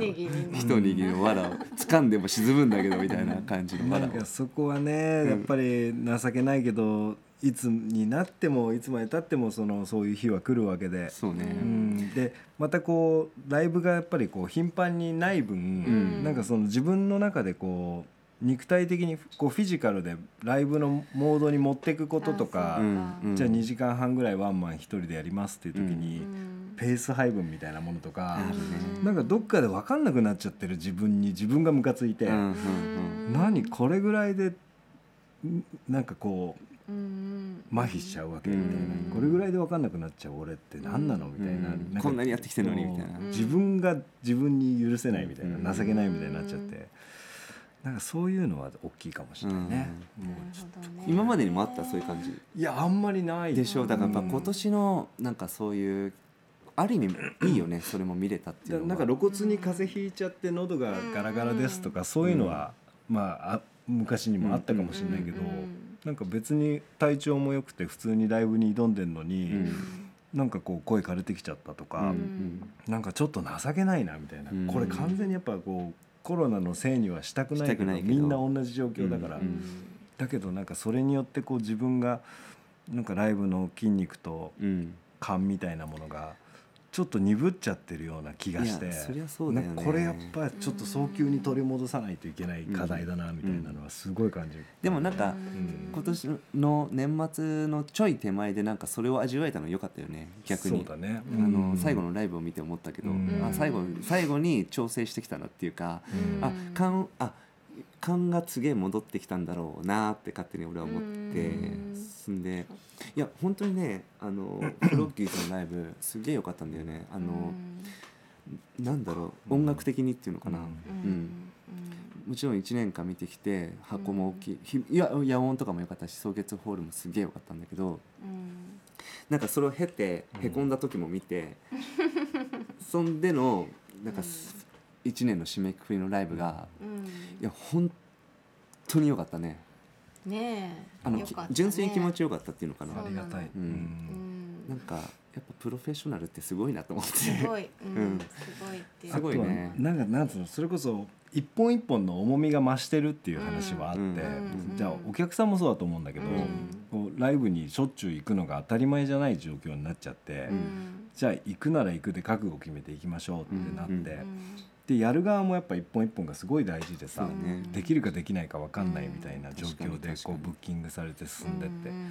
Speaker 1: 握りね
Speaker 2: 一握りの藁を掴んでも沈むんだけどみたいな感じの
Speaker 3: な
Speaker 2: 藁
Speaker 3: ん
Speaker 2: を
Speaker 3: かそこはねやっぱり情けないけどいつになってもいつまでたってもそのそういう日は来るわけで。
Speaker 2: そうね、
Speaker 3: う、
Speaker 1: うん
Speaker 3: でまたこうライブがやっぱりこう頻繁にない分、
Speaker 2: うん
Speaker 3: なんかその自分の中でこう肉体的にこうフィジカルでライブのモードに持っていくこととか、
Speaker 1: あ
Speaker 2: う
Speaker 1: そ
Speaker 2: んうん、
Speaker 3: じゃあ2時間半ぐらいワンマン1人でやりますっていう時
Speaker 1: う
Speaker 3: に、
Speaker 1: ん
Speaker 3: ペース配分みたいなものとか、
Speaker 2: あるね
Speaker 3: なんかどっかで分かんなくなっちゃってる自分に自分がムカついて、
Speaker 2: うんうん
Speaker 3: 何これぐらいでんなんかこう
Speaker 1: うん
Speaker 3: 麻痺しちゃうわけみたいな、
Speaker 2: うん
Speaker 3: これぐらいで分かんなくなっちゃう俺って何なのみたいな,、
Speaker 2: うん
Speaker 3: か
Speaker 2: こんなにやってきてんのにみたいな
Speaker 3: そう自分が自分に許せないみたいな、
Speaker 2: うん
Speaker 3: 情けないみたいになっちゃって、なんかそういうのは大きいかもしれないね。もうちょっと
Speaker 1: なるほどね
Speaker 2: 今までにもあったそういう感じ
Speaker 3: いやあんまりない
Speaker 2: でしょうだからやっぱ
Speaker 3: うん
Speaker 2: 今年のなんかそういうある意味いいよねそれも見れたってい
Speaker 3: だ
Speaker 2: う
Speaker 3: な
Speaker 2: の
Speaker 3: んか
Speaker 2: は
Speaker 3: 露骨に風邪ひいちゃって喉がガラガラですとかそういうのは、まああ昔にもあったかもしれないけど、
Speaker 1: うん
Speaker 3: なんか別に体調も良くて普通にライブに挑んでんのに、
Speaker 2: うん
Speaker 3: なんかこう声枯れてきちゃった
Speaker 2: う
Speaker 3: と
Speaker 2: んう
Speaker 3: か、
Speaker 2: ん
Speaker 3: なんかちょっと情けないなみたいな、
Speaker 2: うん
Speaker 3: これ完全にやっぱこうコロナのせいにはしたくないけ
Speaker 2: したく
Speaker 3: ど
Speaker 2: ないけど
Speaker 3: みんな同じ状況だから、
Speaker 2: うんうん
Speaker 3: だけどなんかそれによってこう自分がなんかライブの筋肉と
Speaker 2: うん
Speaker 3: 感みたいなものがちちょっと鈍っちゃってるような気がして
Speaker 2: いやそりゃそうだよね
Speaker 3: なんかこれやっぱちょっと早急に取り戻さないといけない課題だなみたいなのはすごい感じる、
Speaker 2: でもなんか
Speaker 1: うん
Speaker 2: 今年の年末のちょい手前でなんかそれを味わえたの良かったよね逆に
Speaker 3: そうだね、
Speaker 2: あの最後のライブを見て思ったけど、
Speaker 3: うん
Speaker 2: あ最後最後に調整してきたなっていうか、
Speaker 1: うん
Speaker 2: あ勘あ勘がすげえ戻ってきたんだろうなって勝手に俺は思って
Speaker 1: うん
Speaker 2: んでいや本当にねあ <clears throat> のフロッキーズのライブすげえ良かったんだよねあの、なんだろう音楽的にっていうのかな、
Speaker 1: うん
Speaker 2: うんもちろん1年間見てきて箱も大きいひいや野音とかも良かったし草月ホールもすげえ良かったんだけど
Speaker 1: うん
Speaker 2: なんかそれを経て
Speaker 3: うん
Speaker 2: へこんだ時も見
Speaker 1: <laughs>
Speaker 2: て、そんでのなんかす1年の締めくくりのライブが
Speaker 1: うん
Speaker 2: いや本当に良かったね
Speaker 1: ねえ
Speaker 2: あの
Speaker 1: よかったね
Speaker 2: 純粋に気持ちよかったっていうのかな
Speaker 1: そ
Speaker 3: ありがたい、
Speaker 2: うん
Speaker 1: うん
Speaker 2: なんかやっぱプロフェッショナルってすごいなと
Speaker 1: <laughs>
Speaker 2: 思って
Speaker 1: すごい、うん
Speaker 2: うん
Speaker 1: すごいっていう
Speaker 2: すごいね
Speaker 3: あとはなんかなんつうのそれこそ一本一本の重みが増してるっていう話はあって、
Speaker 2: うん
Speaker 1: うん
Speaker 3: じゃあお客さんもそうだと思うんだけど、
Speaker 1: うん
Speaker 3: こうライブにしょっちゅう行くのが当たり前じゃない状況になっちゃって、
Speaker 1: うん
Speaker 3: じゃあ行くなら行くで覚悟決めていきましょうってなって、
Speaker 2: うん
Speaker 3: でやる側もやっぱ一本一本がすごい大事で
Speaker 2: そ
Speaker 3: さ、
Speaker 2: うだね
Speaker 3: できるかできないか分かんないみたいな状況
Speaker 2: う
Speaker 3: で
Speaker 2: ん確かに
Speaker 3: こう
Speaker 2: 確かに
Speaker 3: ブッキングされて進んでって、
Speaker 1: うん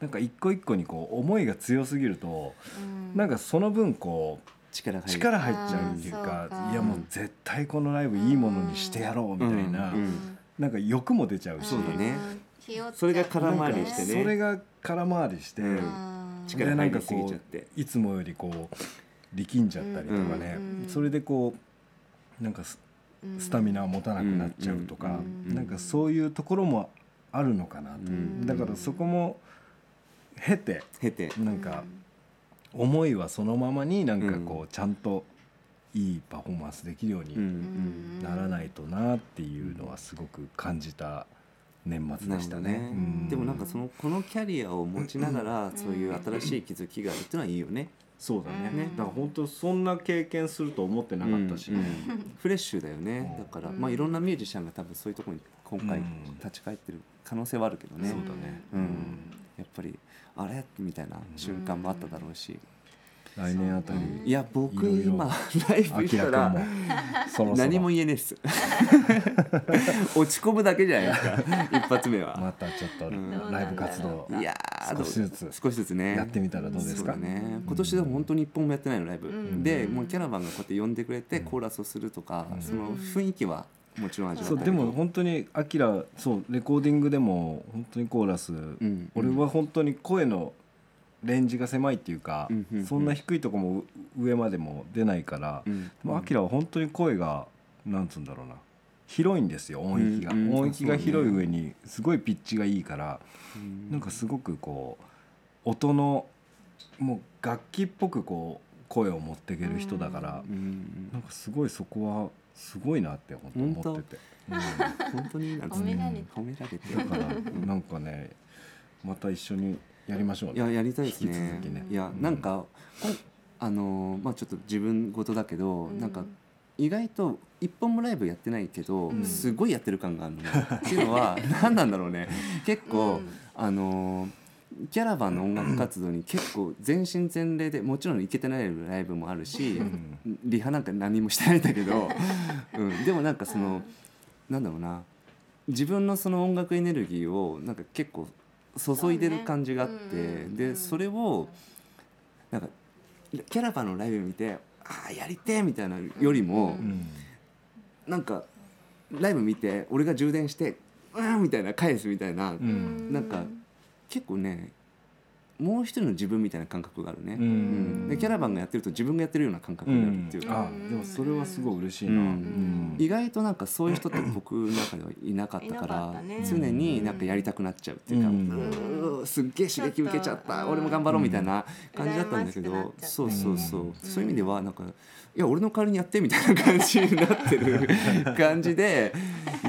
Speaker 3: なんか一個一個にこう思いが強すぎると
Speaker 1: うん
Speaker 3: なんかその分こう
Speaker 2: 力が入る
Speaker 3: 力入っちゃうっていう
Speaker 1: あ
Speaker 3: か
Speaker 1: ーそうか
Speaker 3: いやもう絶対このライブいいものにしてやろうみたいな、
Speaker 2: うん
Speaker 3: なんか欲も出ちゃうし、
Speaker 2: そうだね
Speaker 1: ひよっちゃう
Speaker 2: それが空回りしてね
Speaker 3: それが空回りして、
Speaker 2: うん
Speaker 1: あー
Speaker 2: 力入りすぎちゃって
Speaker 3: いつもよりこう力んじゃったりとかね、
Speaker 1: うん
Speaker 3: それでこうなんかス
Speaker 1: うん
Speaker 3: スタミナを持たなくなっちゃうとか、
Speaker 1: うん
Speaker 3: なんかそういうところもあるのかな
Speaker 2: う
Speaker 3: と、
Speaker 2: ん
Speaker 3: だからそこも経て
Speaker 2: 経て
Speaker 3: なんか思いはそのままになんかこ
Speaker 2: う
Speaker 3: うちゃんといいパフォーマンスできるよう
Speaker 2: う
Speaker 3: に
Speaker 2: ん
Speaker 3: ならないとなっていうのはすごく感じた年末でした
Speaker 2: な
Speaker 3: ね
Speaker 2: るほどね。
Speaker 3: う
Speaker 2: でもなんかそのこのキャリアを持ちながらそういう新しい気づきがあるっていうのはいいよね
Speaker 3: そうだね
Speaker 1: ね
Speaker 3: だから本当そんな経験すると思ってなかったし、
Speaker 2: うんうんフレッシュだよね
Speaker 3: う
Speaker 2: だ
Speaker 3: ん
Speaker 2: から
Speaker 1: うん
Speaker 2: まあいろんなミュージシャンが多分そういうところに今回
Speaker 3: うん
Speaker 2: 立ち返ってる可能性はあるけどね
Speaker 3: そうだね
Speaker 2: うんやっぱりあれみたいな瞬間もあっただろうし
Speaker 3: 来年あたり
Speaker 1: うん
Speaker 2: いや僕
Speaker 3: いろいろ
Speaker 2: 今ライブ
Speaker 3: あ
Speaker 2: し
Speaker 3: きら
Speaker 2: た
Speaker 3: くん
Speaker 2: ら
Speaker 3: もそろそろ
Speaker 2: 何も言えねえっ
Speaker 3: <laughs>
Speaker 2: す落ち込むだけじゃないですか一発目は
Speaker 3: またちょっと
Speaker 2: ん
Speaker 3: ライブ活動
Speaker 2: いやー
Speaker 3: 少しずつ
Speaker 2: 少しずつね
Speaker 3: やってみたらどうです
Speaker 2: そう
Speaker 3: か
Speaker 2: だね今年でも本当に一本もやってないのライブ、
Speaker 1: うん
Speaker 2: でもうキャラバンがこうやって呼んでくれてコーラスをするとか、
Speaker 3: うん
Speaker 2: その雰囲気はもちろん味わ
Speaker 3: そう
Speaker 2: った
Speaker 3: で
Speaker 2: けど
Speaker 3: も本当にアキラそうレコーディングでも本当にコーラス、
Speaker 2: ん
Speaker 3: 俺は本当に声のレンジが狭いっていうか、
Speaker 2: うんうんうん
Speaker 3: そんな低いとこもう上までも出ないから、
Speaker 2: うん
Speaker 3: でもアキラは本当に声がなんつうんだろうな広いんですよ音域が、
Speaker 2: うんうん
Speaker 3: 音域が広い上にすごいピッチがいいから、
Speaker 2: うん
Speaker 3: なんかすごくこう音のもう楽器っぽくこう声を持っていける人だから、
Speaker 2: うん
Speaker 3: なんかすごいそこはすごいなって本当思ってて、う
Speaker 2: 本当になんつう
Speaker 1: 褒
Speaker 2: の
Speaker 1: められ
Speaker 2: 褒められて
Speaker 3: んだからなんかね <laughs> また一緒にやりましょう
Speaker 2: い
Speaker 3: ね。
Speaker 2: ややりたいです
Speaker 3: 引き
Speaker 2: ね
Speaker 3: 続きね
Speaker 2: いやなんか、こんあのーまあちょっと自分事だけど、なんか意外と一本もライブやってないけど、
Speaker 3: うん
Speaker 2: すごいやってる感があるのね
Speaker 3: <laughs>
Speaker 2: っていうのは何なんだろうね結構、
Speaker 1: うん
Speaker 2: あのーキャラバンの音楽活動に結構全身全霊でもちろん行けてないライブもあるし
Speaker 3: ん
Speaker 2: リハなんか何もしてないんだけど、うん、でもなんかそのなんだろうな自分のその音楽エネルギーをなんか結構注いでる感じがあって
Speaker 1: そうねうんうんうん
Speaker 2: でそれをなんかキャラバンのライブ見てああやりてえみたいなよりも、
Speaker 1: う
Speaker 3: うん
Speaker 2: なんかライブ見て俺が充電してうーんみたいな返すみたいな、
Speaker 3: うん
Speaker 2: なんか結構ねもう一人の自分みたいな感覚があるね、
Speaker 3: うん
Speaker 2: うんでキャラバンがやってると自分がやってるような感覚になるっていうか、
Speaker 3: あでもそれはすごい嬉しいな、
Speaker 2: うん
Speaker 3: うん
Speaker 2: 意外となんかそういう人って僕の中ではいなかったか
Speaker 1: いなからったね
Speaker 2: 常になんかやりたくなっちゃうっていうか、
Speaker 3: うん
Speaker 2: うーすっげえ刺激受けちゃっ
Speaker 1: ちょったと
Speaker 2: 俺も頑張ろうみたいな感じだったんだけど、
Speaker 1: うん羨ましくなっちゃう
Speaker 2: そうそうそう、
Speaker 3: うん
Speaker 2: そういう意味ではなんかいや俺の代わりにやってみたいな感じになって
Speaker 3: <laughs>
Speaker 2: る感じで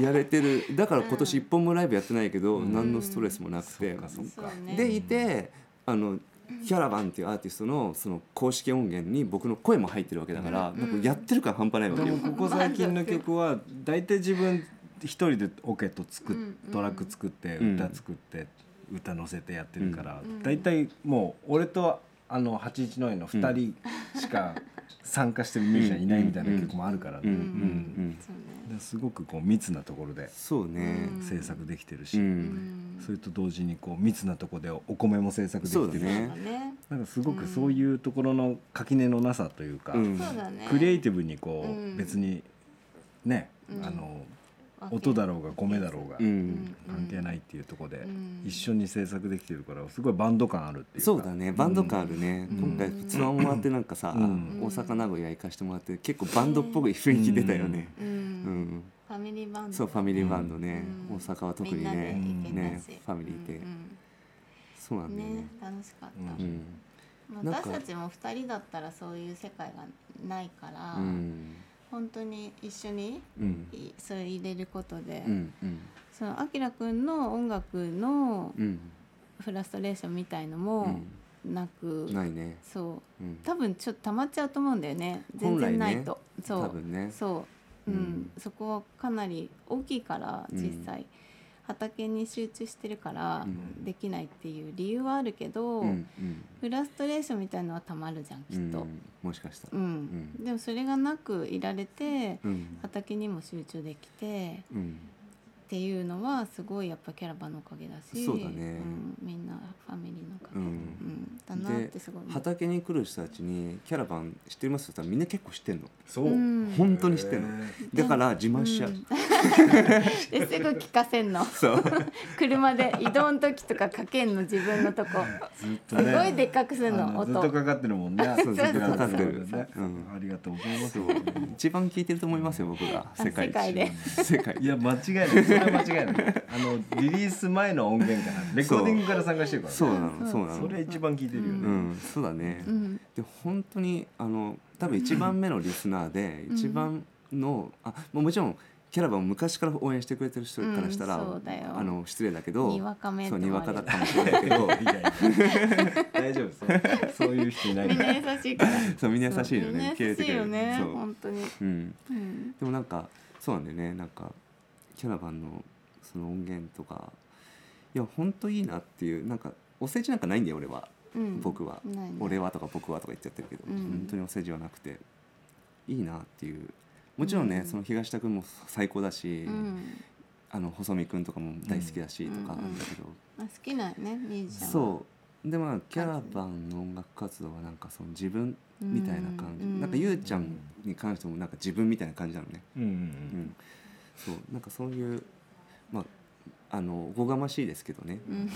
Speaker 2: やれてるだから今年一本もライブやってないけど、
Speaker 3: うん
Speaker 2: 何のストレスもなくて。
Speaker 3: そっかそっか
Speaker 1: そうね
Speaker 2: でいてあのキャラバンっていうアーティストのその公式音源に僕の声も入ってるわけだから、
Speaker 1: うん
Speaker 2: なんかやってる感半端ないわ
Speaker 3: で
Speaker 2: けよ
Speaker 3: も。ここ最近の曲は大体自分一人でオケと作っ
Speaker 1: うんうん
Speaker 3: トラック作って
Speaker 2: うん
Speaker 3: 歌作って歌乗せてやってるから
Speaker 1: うん
Speaker 3: 大体もう俺とあの81の絵の2人しか参加してるミュージシャンいないみたいな曲もあるから
Speaker 2: うんう
Speaker 3: ね、
Speaker 2: ん
Speaker 1: そうね
Speaker 3: ですごくこう密なところで
Speaker 2: そうね
Speaker 1: うん
Speaker 3: 制作できてるし、
Speaker 2: うん
Speaker 3: それと同時にこう密なところでお米も制作できて
Speaker 2: そう
Speaker 3: る
Speaker 2: だ
Speaker 3: し、
Speaker 1: そうだ
Speaker 2: ね
Speaker 1: ね
Speaker 3: なんかすごくそういうところの垣根のなさというか、
Speaker 2: うん
Speaker 1: そうだね
Speaker 3: クリエイティブにこう、
Speaker 1: うん
Speaker 3: 別にね、
Speaker 1: うん
Speaker 3: あの
Speaker 1: わけ
Speaker 3: 音だろうが米だろうが
Speaker 2: う
Speaker 1: うんん
Speaker 3: 関係ないっていうところで、
Speaker 1: うん
Speaker 3: 一緒に制作できてるからすごいバンド感あるっていうか
Speaker 2: そうだねバンド感あるね、
Speaker 3: うん
Speaker 2: 今回
Speaker 1: うん
Speaker 2: ツアーもらってなんかさ、
Speaker 3: うん
Speaker 2: 大阪名古屋行かしてもらって結構バンドっぽい雰囲気出たよね、
Speaker 1: う
Speaker 2: うん
Speaker 1: んファミリーバンド
Speaker 2: そうファミリーバンドね、
Speaker 1: うん
Speaker 2: 大阪は特
Speaker 1: み
Speaker 2: に
Speaker 1: んなで
Speaker 2: ね
Speaker 1: 行けたし
Speaker 2: ねファミリーで
Speaker 1: うん
Speaker 2: そうな
Speaker 1: うんん
Speaker 2: だよね
Speaker 1: ね楽しかった
Speaker 3: う
Speaker 2: うん
Speaker 1: まあ
Speaker 2: なんか
Speaker 1: 私たちも2人だったらそういう世界がないから、
Speaker 2: うん
Speaker 1: 本当に一緒に
Speaker 2: うん
Speaker 1: いそれ入れることで、
Speaker 2: うんうん
Speaker 1: そのあきらくんの音楽の
Speaker 2: うん
Speaker 1: フラストレーションみたいの
Speaker 2: う
Speaker 1: も
Speaker 2: ん
Speaker 1: なく、
Speaker 2: ないね、
Speaker 1: そう
Speaker 2: うん、
Speaker 1: 多分ちょっと溜まっちゃうと思うんだよね全
Speaker 2: 本来ね
Speaker 1: 然ないと、そう
Speaker 2: 多分ね
Speaker 1: そう、うんそこはかなり大きいから
Speaker 2: うん
Speaker 1: 実際、畑に集中してるから
Speaker 2: うん
Speaker 1: できないっていう理由はあるけど、
Speaker 2: うんうん
Speaker 1: フラストレーションみたいのは溜まるじゃんき
Speaker 2: う
Speaker 1: っ
Speaker 2: ん
Speaker 1: と、
Speaker 2: もしかした
Speaker 1: う
Speaker 2: ら
Speaker 1: んでもそれがなくいられて
Speaker 2: うん
Speaker 1: 畑にも集中できて
Speaker 2: うん
Speaker 1: っていうのはすごいやっぱキャラバンのおかげだし
Speaker 2: そうだね
Speaker 1: んみんなファミリーのおかげ、
Speaker 2: う
Speaker 1: うんんだなっ
Speaker 2: で
Speaker 1: てすごい思う
Speaker 2: 畑に来る人たちにキャラバン知ってますって言ったらみんな結構知ってんの
Speaker 3: そう、
Speaker 1: うん
Speaker 2: 本当に知ってんの
Speaker 3: へ
Speaker 2: だから自慢しちゃう、
Speaker 1: うんですぐ聞かせん <laughs> の
Speaker 2: そう <laughs>
Speaker 1: 車で移動の時とかかけんの自分のとこ
Speaker 3: ーずっと
Speaker 1: す
Speaker 3: ね
Speaker 1: ごいでっかくする
Speaker 3: あ
Speaker 1: の
Speaker 3: のずっ
Speaker 1: 音
Speaker 3: とかかってるもんね
Speaker 2: <laughs> そうずっとかかってる
Speaker 3: ね
Speaker 2: うん
Speaker 3: ありがとうございます
Speaker 2: そう一番聞いてると思いますよ僕が
Speaker 1: あ
Speaker 2: 世界
Speaker 1: 世
Speaker 2: 一
Speaker 1: 界で
Speaker 2: <laughs> 世界
Speaker 3: いや間違いないそれは間違いないあのリリース前の音源からレコーディングから参加してるから、ね、
Speaker 2: そうなのそうな
Speaker 3: そ
Speaker 2: の
Speaker 3: れ一番聞いてるよ
Speaker 2: う
Speaker 3: ね、
Speaker 2: んそうだね、
Speaker 1: うん
Speaker 2: で本当にあの多分一番目のリスナーで
Speaker 1: うん
Speaker 2: 一番の、あもうもちろんキャラバンを昔から応援してくれてる人からしたら、
Speaker 1: うんそうだよ
Speaker 2: あの失礼だけど
Speaker 1: にわかめ
Speaker 2: そうにわかだか
Speaker 1: み
Speaker 2: もしれないけど
Speaker 3: 大丈夫そうそういう人いない
Speaker 1: ん
Speaker 3: から
Speaker 1: な優しいから
Speaker 2: そうみんな <laughs>
Speaker 1: <laughs>
Speaker 2: 優しいよ
Speaker 1: みんな
Speaker 2: ね受け
Speaker 1: 優
Speaker 2: 入れて
Speaker 1: しい
Speaker 2: くれ
Speaker 1: よ
Speaker 2: る
Speaker 1: ね
Speaker 2: そう
Speaker 1: 本当に、
Speaker 2: うん、
Speaker 1: うん
Speaker 2: でもなんかそうなんだよねなんかキャラバンのその音源とかいや本当いいなっていうなんかお世辞なんかないんだよ俺は、
Speaker 1: うん
Speaker 2: 僕は
Speaker 1: ないね
Speaker 2: 俺はとか僕はとか言っちゃってるけど、
Speaker 1: うん
Speaker 2: 本当にお世辞はなくていいなっていうもちろんね、
Speaker 1: うん
Speaker 2: その東田君も最高だし、
Speaker 1: うん
Speaker 2: あの細見君とかも大好きだしとかあ
Speaker 1: うん
Speaker 2: るんだけど、
Speaker 1: あ好きなんやねミュージシャンは
Speaker 2: そうでまあキャラバンの音楽活動はなんかその自分みたいな感じ、
Speaker 1: うん
Speaker 2: なんかゆうちゃんに関してもなんか自分みたいな感じなのね、
Speaker 3: うん
Speaker 2: うんそうなんかそういうまああのおこがましいですけどね、
Speaker 1: うん
Speaker 2: うんなん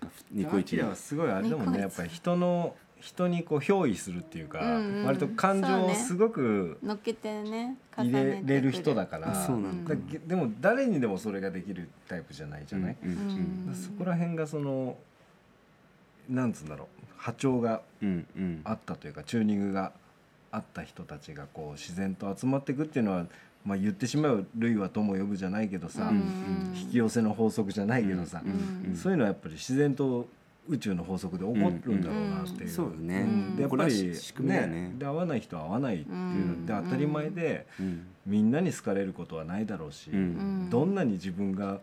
Speaker 2: かふニ
Speaker 3: ニ
Speaker 2: コ
Speaker 3: コ
Speaker 2: イチ
Speaker 3: イ
Speaker 2: で
Speaker 3: はすごいあれだもん
Speaker 1: ニコイ
Speaker 3: ね
Speaker 1: チ
Speaker 3: やっぱり人の人にこう憑依するっていうか、
Speaker 1: うんうん
Speaker 3: 割と感情をすごく
Speaker 1: 乗っけてね重ね
Speaker 3: 入
Speaker 1: て
Speaker 3: れ
Speaker 1: く
Speaker 3: れる人だから
Speaker 2: あそうなのか
Speaker 3: だけでも誰にでもそれができるタイプじゃないじゃない、
Speaker 2: うんうん
Speaker 1: うん
Speaker 3: そこら辺がそのなんつうんだろう波長が
Speaker 2: うんうん
Speaker 3: あったというかチューニングがあった人たちがこう自然と集まっていくっていうのは、まあ、言ってしまえば「類は友を呼ぶ」じゃないけどさ、
Speaker 1: うんうん
Speaker 3: 引き寄せの法則じゃないけどさ、
Speaker 1: うんうん
Speaker 3: そういうのはやっぱり自然と宇宙の法則で起こるんだろうなっていう。
Speaker 2: そうだね、
Speaker 1: うん
Speaker 3: でやっ
Speaker 2: こ
Speaker 3: ぱ
Speaker 2: れは
Speaker 3: り
Speaker 2: 仕組みだよね
Speaker 3: で合わない人は合わないってい
Speaker 1: う
Speaker 3: う
Speaker 1: ん
Speaker 3: で当たり前で
Speaker 2: うん
Speaker 3: みんなに好かれることはないだろうし、
Speaker 2: うん
Speaker 1: うん
Speaker 3: どんなに自分が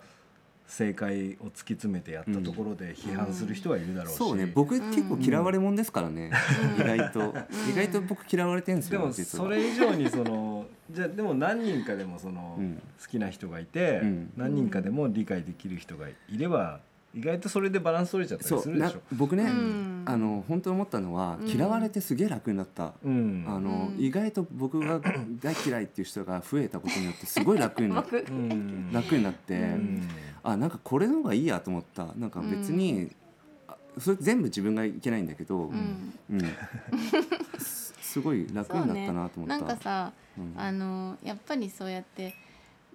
Speaker 3: 正解を突き詰めてやったところで批判する人はいるだろうし、
Speaker 2: そうね僕結構嫌われ者ですからね、
Speaker 1: うん
Speaker 2: 意外と、意外と僕嫌われてるんです
Speaker 3: で
Speaker 2: よ
Speaker 3: も
Speaker 2: 実は
Speaker 3: それ以上にそのじゃあでも何人かでもその、
Speaker 2: うん
Speaker 3: 好きな人がいて、
Speaker 2: うん
Speaker 3: 何人かでも理解できる人がいれば意外とそれでバランス取れちゃった
Speaker 2: そ
Speaker 3: りす
Speaker 2: う
Speaker 3: るで
Speaker 2: な
Speaker 3: しょ。
Speaker 2: 僕ね、
Speaker 1: うん
Speaker 2: あの本当に思ったのは
Speaker 1: うん
Speaker 2: 嫌われてすげえ楽になった、
Speaker 3: うん
Speaker 2: あの
Speaker 1: うん
Speaker 2: 意外と僕が大嫌いっていう人が増えたことによってすごい楽になっ
Speaker 1: 僕
Speaker 3: うん
Speaker 2: 楽になって、
Speaker 3: うん
Speaker 2: あなんかこれの方がいいやと思ったなんか別に、あそれ全部自分がいけないんだけど、う
Speaker 1: うんん
Speaker 2: すすごい楽になったなと思った。
Speaker 1: なんかさ
Speaker 2: うん
Speaker 1: あのやっぱりそうやって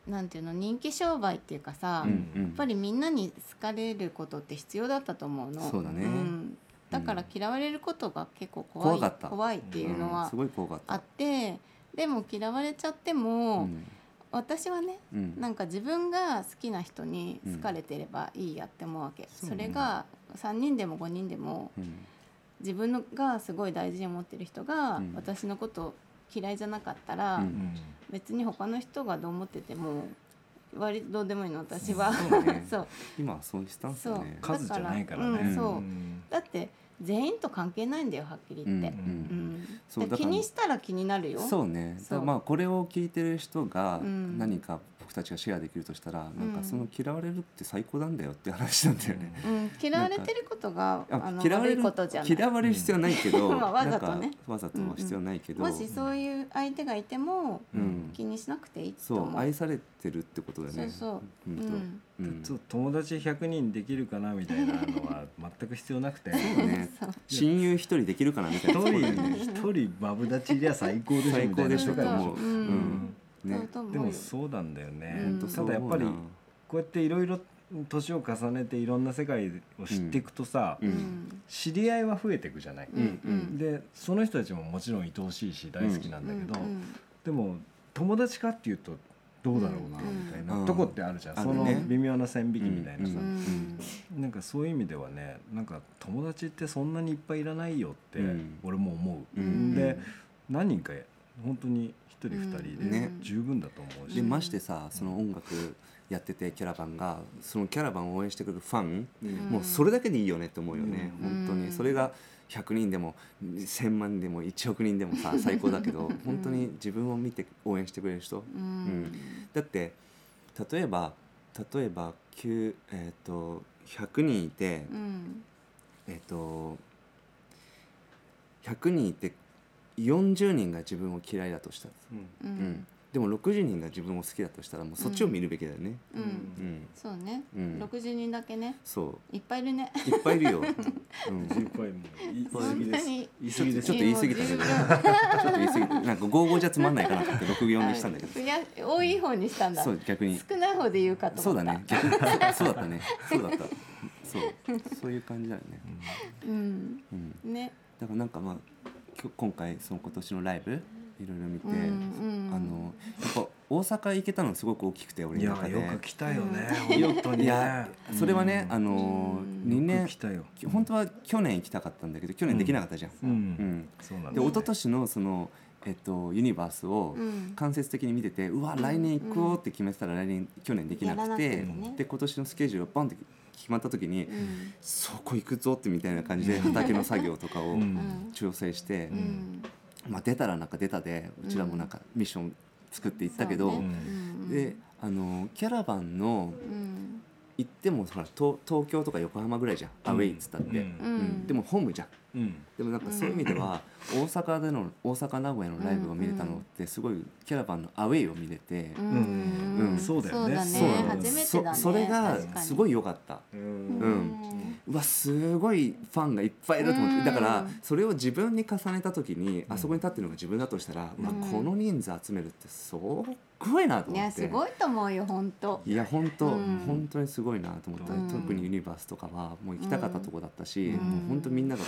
Speaker 1: なんていうの人気商売っていうかさ、
Speaker 2: うん
Speaker 1: や
Speaker 2: うん
Speaker 1: っぱりみんなに好かれることって必要だったと思うの
Speaker 2: そうだね
Speaker 1: んだから嫌われることが結構怖い
Speaker 2: 怖かった
Speaker 1: 怖いっていうの
Speaker 2: うん
Speaker 1: は
Speaker 2: すごい怖かった。
Speaker 1: あって、でも嫌われちゃって
Speaker 2: う
Speaker 1: も、
Speaker 2: ん
Speaker 1: 私はね
Speaker 2: うん
Speaker 1: なんか自分が好きな人に好かれてればいいやって思うわけ、
Speaker 2: そう
Speaker 1: そ
Speaker 2: ね
Speaker 1: れが3人でも5人でも
Speaker 2: うん
Speaker 1: 自分のがすごい大事に思ってる人が、
Speaker 2: うん
Speaker 1: 私のこと嫌いじゃなかったら、
Speaker 2: う
Speaker 3: うんん
Speaker 1: 別に他の人がどう思ってても割とどうでもいいの私は
Speaker 2: そう
Speaker 1: <laughs>
Speaker 2: ね
Speaker 1: そう
Speaker 2: 今はそういうスタンスだね
Speaker 1: そう
Speaker 3: 数じゃないからね。
Speaker 1: うんそう
Speaker 3: うん
Speaker 1: だって全員と関係ないんだよはっきり言って
Speaker 2: うん、
Speaker 1: うん
Speaker 2: そう
Speaker 1: だから気にしたら気になるよ
Speaker 2: そうね
Speaker 1: そう
Speaker 2: だからまあこれを聞いてる人が
Speaker 1: うん
Speaker 2: 何か僕たちがシェアできるとしたら、なん
Speaker 1: うん
Speaker 2: かその嫌われるって最高なんだよって話なんだよね。
Speaker 1: うん、嫌われてることがあ
Speaker 2: あ
Speaker 1: の
Speaker 2: 嫌わ
Speaker 1: 悪
Speaker 2: れ
Speaker 1: い
Speaker 2: る
Speaker 1: ことじゃない
Speaker 2: 嫌われる必要はないけど、
Speaker 1: <laughs> まあわざとね
Speaker 2: なんかわざとは必要ないけど、
Speaker 1: もしそういう相手がいても
Speaker 2: うん
Speaker 1: 気にしなくていいと
Speaker 2: そ
Speaker 1: 思う、
Speaker 2: う愛されてるってことだよ
Speaker 1: そう
Speaker 2: ね。
Speaker 1: そう
Speaker 2: う
Speaker 1: うんん
Speaker 2: と、う
Speaker 3: ちょっ
Speaker 2: ん、
Speaker 3: と友達100人できるかなみたいなのは全く必要なくて一
Speaker 2: ね親友一人できるかなみたいなところ
Speaker 3: 人
Speaker 2: だよね。
Speaker 3: 一人マブダチいりゃ最高でしょ
Speaker 2: 最
Speaker 3: みた
Speaker 2: 高
Speaker 3: い
Speaker 2: で
Speaker 3: な
Speaker 2: しょ
Speaker 3: 世
Speaker 2: と
Speaker 3: 界で
Speaker 2: 思
Speaker 3: しょ
Speaker 2: う。
Speaker 1: う
Speaker 2: うんん
Speaker 1: そう
Speaker 2: ね
Speaker 1: と思う
Speaker 3: で
Speaker 1: よ
Speaker 3: もそうなんだよね、
Speaker 1: うん
Speaker 2: 本当そ
Speaker 3: た
Speaker 2: う思う
Speaker 3: だや
Speaker 2: な
Speaker 3: っぱりこうやっていろいろ年を重ねていろんな世界を知っていくとさ、
Speaker 2: うん
Speaker 3: 知り合いは増えていくじゃない、
Speaker 1: うんうん
Speaker 3: でその人たちももちろん愛おしいし大好きなんだけど、
Speaker 1: うん
Speaker 3: でも友達かっていうとどうだろうな
Speaker 1: うん
Speaker 3: みたいな、
Speaker 2: うん
Speaker 3: とこってあるじゃん、
Speaker 2: あ
Speaker 3: そ
Speaker 2: る
Speaker 3: の
Speaker 2: ね
Speaker 3: 微妙な線引きみたいなさ、
Speaker 1: うんうん
Speaker 3: なんかそういう意味ではねなんか友達ってそんなにいっぱいいらないよって
Speaker 2: うん
Speaker 3: 俺も思う、
Speaker 1: うん
Speaker 3: で何人か本当に一人
Speaker 1: うん
Speaker 3: 二人で
Speaker 2: ね
Speaker 3: 十分だと思うし、
Speaker 2: で
Speaker 1: うん
Speaker 2: ましてさその音楽やっててキャラバンがそのキャラバンを応援してくれるファン、もうそれだけでいいよねって思うよね、
Speaker 1: うん
Speaker 2: 本当
Speaker 1: うん
Speaker 2: にそれが100人でも1000万でも1億人で
Speaker 1: <laughs>
Speaker 2: もさ最高だけど本当に自分を見て応援してくれる人
Speaker 1: うん
Speaker 2: だって例えば例えば、9えー、と100人いて、
Speaker 1: うん
Speaker 2: えっと100人いて40人が自分を嫌いだとしたら、
Speaker 3: うん
Speaker 1: う
Speaker 2: うん
Speaker 1: ん
Speaker 2: でも60人が自分を好きだとしたらもうそっちを見るべきだよね。
Speaker 1: う
Speaker 3: うんん
Speaker 2: うん
Speaker 1: そうね
Speaker 2: うん
Speaker 1: 60人だけね
Speaker 2: そ
Speaker 1: いっぱいいるね
Speaker 2: ういっぱいいる
Speaker 1: <laughs>
Speaker 2: よ、うん、ちょ
Speaker 3: いっぱいもうい
Speaker 2: そ
Speaker 1: 本
Speaker 2: う
Speaker 1: 当に
Speaker 3: 言い過ぎです
Speaker 2: ちょっと言い過ぎたけどっと言い過ぎてなんか55じゃつまんないかなと思って64にしたんだけ
Speaker 1: 増
Speaker 2: ど
Speaker 1: や多い方にしたんだ
Speaker 2: そう逆に
Speaker 1: 少ない方で言うかと
Speaker 2: そう
Speaker 1: 思
Speaker 2: だ
Speaker 1: った
Speaker 2: ね逆にそうそうだったねそうだったそうそういう感じだよね、
Speaker 1: うん
Speaker 2: うん、
Speaker 1: ね
Speaker 2: だからなんかまあきょ今回その今年のライブいろいろ見て、
Speaker 1: うんうん
Speaker 2: あのやっぱ大阪行けたのすごく大きくて俺
Speaker 3: い
Speaker 2: の
Speaker 3: や
Speaker 2: 中で
Speaker 3: よく来たよね、
Speaker 2: よ
Speaker 3: 本当にね
Speaker 2: いやそれはね、あの
Speaker 1: うん
Speaker 2: 2
Speaker 3: よ
Speaker 2: 年
Speaker 3: く来たよ
Speaker 2: 本当は去年行きたかったんだけど去年できなかったじゃん、
Speaker 3: うん、
Speaker 2: うん
Speaker 3: そうなんだ
Speaker 2: で一
Speaker 3: よね
Speaker 2: 昨年のその、えっと、ユニバースを
Speaker 1: うん
Speaker 2: 間接的に見てて、うわ来年行こうって決めてたら来年去年できな
Speaker 1: やら
Speaker 2: く
Speaker 1: なく
Speaker 2: て、
Speaker 1: てもね
Speaker 2: で今年のスケジュールがバンって決まった時に、
Speaker 1: うん
Speaker 2: そこ行くぞってみたいな感じで畑の作業とかを
Speaker 3: うん
Speaker 1: うん
Speaker 2: 調整して、
Speaker 1: うん
Speaker 2: まあ、出たらなんか出たでうちらもなんかミッション作っていったけど、
Speaker 1: そうねうん
Speaker 2: であのキャラバンの
Speaker 1: うん
Speaker 2: 行ってもほら東東京とか横浜ぐらいじゃん、アウェイっつったって、
Speaker 3: うん
Speaker 1: うん
Speaker 2: うんでもホームじゃん
Speaker 3: うん
Speaker 2: でもなんかそういう意味では、大阪での大阪名古屋のライブを見れたのってすごいキャラバンのアウェイを見れて、
Speaker 1: うん
Speaker 2: うん
Speaker 3: そうだよね
Speaker 1: そ
Speaker 2: そうう
Speaker 1: だね
Speaker 2: なの
Speaker 1: 初めて
Speaker 2: そ
Speaker 1: だね
Speaker 2: それがすご
Speaker 1: い
Speaker 2: い良かった
Speaker 1: う
Speaker 3: う
Speaker 1: ん
Speaker 2: うんうわすごいファンがいっぱいいると思って、
Speaker 1: うん
Speaker 2: だからそれを自分に重ねた時に、
Speaker 3: ん
Speaker 2: あそこに立ってるのが自分だとしたら、うわ
Speaker 1: うん
Speaker 2: この人数集めるってすっごいなと
Speaker 1: い
Speaker 2: 思
Speaker 1: や
Speaker 2: って
Speaker 1: すごいと思うよ本当
Speaker 2: いや本当、
Speaker 1: うん
Speaker 2: 本当にすごいなと思った、
Speaker 1: うん
Speaker 2: 特にユニバースとかはもう行きたかったとこだったし、
Speaker 1: うん
Speaker 2: もう本当みんなが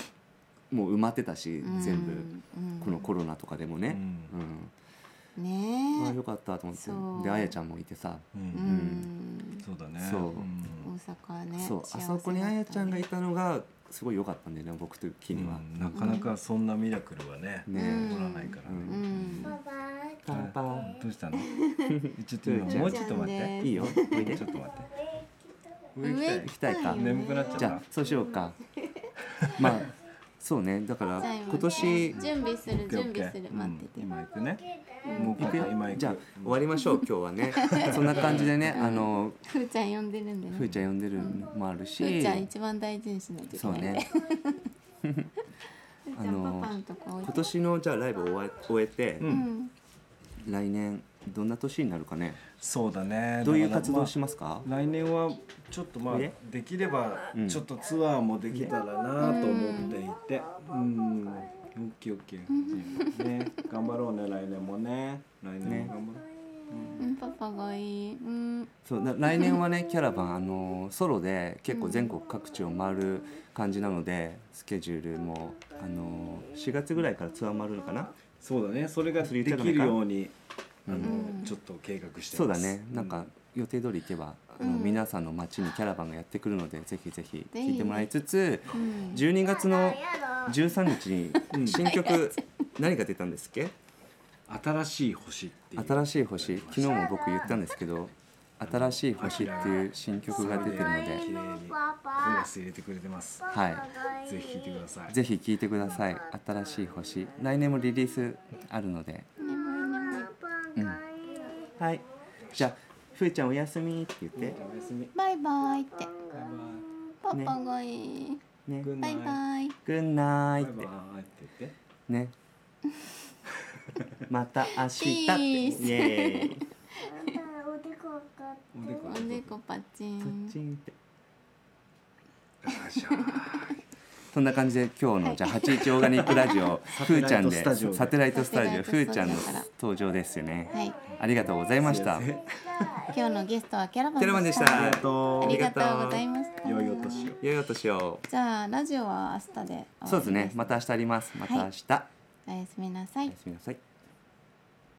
Speaker 2: もう埋まってたし、全部
Speaker 1: 部
Speaker 2: このコロナとかでも
Speaker 3: う
Speaker 2: ね、
Speaker 3: ん
Speaker 2: うんまあ
Speaker 1: ね
Speaker 2: よかったと思っ
Speaker 1: そう
Speaker 2: てであやちゃんもいてさ、
Speaker 3: う
Speaker 1: えうんん
Speaker 3: そうだね
Speaker 2: そうん
Speaker 1: 大阪ね
Speaker 2: そうあそこにあやちゃんがいたのがすごい良かったんだよね僕的には。
Speaker 3: うんなかなかそんなミラクルはね、
Speaker 2: ねえ
Speaker 3: 起こらないから
Speaker 2: う
Speaker 3: ね、
Speaker 1: うん
Speaker 2: パパ
Speaker 3: どうし
Speaker 2: <laughs>
Speaker 3: たのちょっと今もうちょっと待って
Speaker 2: いいよおいで
Speaker 3: ちょっと待って上行き
Speaker 1: 上
Speaker 3: た
Speaker 1: 行
Speaker 3: い
Speaker 1: きたいよね
Speaker 3: 眠くなっちゃった
Speaker 2: じゃあそうしようか。まあそうねだから
Speaker 1: じゃあ今
Speaker 2: 今年
Speaker 1: 準備する
Speaker 3: オ
Speaker 1: 準備
Speaker 3: ッケー
Speaker 1: する
Speaker 3: オッケー
Speaker 1: 待ってて
Speaker 3: うん今行くね
Speaker 1: うん
Speaker 3: もう
Speaker 2: 行くよ
Speaker 3: 今行く
Speaker 2: じゃあ終わりましょう今日はね。
Speaker 1: <laughs>
Speaker 2: そんな感じでねあの
Speaker 1: ふーちゃん呼んでるんでね
Speaker 2: ふーちゃん呼んでるのもある
Speaker 1: ふー
Speaker 2: し
Speaker 1: ちゃん一番大事にしないといけ
Speaker 2: そう
Speaker 1: ないんで
Speaker 2: ね
Speaker 1: <laughs> ふーちゃんパパのとこ置い
Speaker 2: 今
Speaker 1: て
Speaker 2: 年のじゃあライブを終え終えて、
Speaker 3: う
Speaker 1: うんん
Speaker 2: 来年どんな年になるかね
Speaker 3: そうだね
Speaker 2: どういう
Speaker 3: だから
Speaker 2: 活動をしますか、
Speaker 3: まあ来年はちょっとまあ
Speaker 2: おいで
Speaker 3: できれば
Speaker 2: うん
Speaker 3: ちょっとツアーもできたらなと思っていてうんオッケーオッケーね頑張ろうね来年もね来年も頑張ろ
Speaker 1: うんパパがいいうん
Speaker 2: そうな来年は <laughs> ねキャラバンあのソロで結構全国各地を回る感じなのでスケジュールもあの4月ぐらいからツアー回るのかな
Speaker 3: うそうだねそれができるようにあのちょっと計画してます
Speaker 2: そうだねなんか予定通り行けば、あの
Speaker 1: うん
Speaker 2: 皆さんの街にキャラバンがやってくるのでぜひぜひ
Speaker 1: ひ
Speaker 2: 聴いてもらいつつ
Speaker 1: うん
Speaker 2: 12月の13日に新曲何が出たんですっけ
Speaker 3: 新しい星っていう
Speaker 2: 新しい星昨日も僕言ったんですけど新しい星」っていう新曲が出てるので
Speaker 3: 綺麗にコーラス入れてくれてます
Speaker 2: はい
Speaker 3: ぜひ聴いてください
Speaker 2: ぜひ聴いてください「新しい星」来年もリリースあるので
Speaker 1: 眠い眠い
Speaker 2: はいじゃあふーちゃんおやすみって言って
Speaker 3: おやすみ
Speaker 1: バイバイって
Speaker 3: バイ
Speaker 1: パパがいい、
Speaker 2: ね
Speaker 3: バイ
Speaker 1: バイバイ
Speaker 2: グンナ
Speaker 3: バ
Speaker 2: イ
Speaker 3: イ
Speaker 2: っ
Speaker 3: バ
Speaker 2: て
Speaker 3: イって言って
Speaker 2: <laughs> ねまた明日ってイエ
Speaker 1: ピース
Speaker 2: ーイ
Speaker 3: おでこ
Speaker 1: おでこパチ
Speaker 2: プッチ
Speaker 1: ン
Speaker 2: ンって
Speaker 3: よいしょ
Speaker 2: そんな感じで今日のじゃあ八一オーガニックラジ <laughs> オふーちゃんで
Speaker 3: サテライトスタジオで
Speaker 1: サ
Speaker 2: サテライトスタジオふ
Speaker 1: テライ
Speaker 2: ー
Speaker 1: トスタジオ
Speaker 2: ちゃんの
Speaker 1: から
Speaker 2: 登場ですよね、
Speaker 1: はい
Speaker 2: ありがとうございました
Speaker 1: 今日のゲストはキャラバン
Speaker 2: テラマンでした
Speaker 3: ありがとう
Speaker 1: ありがとうございました
Speaker 3: 良いお年を
Speaker 2: 良いお年を
Speaker 1: じゃあラジオは明日で終わり
Speaker 2: そうですねまた明日ありますまた明日、
Speaker 1: おやすみなさ
Speaker 2: お
Speaker 1: い
Speaker 2: やすみなさい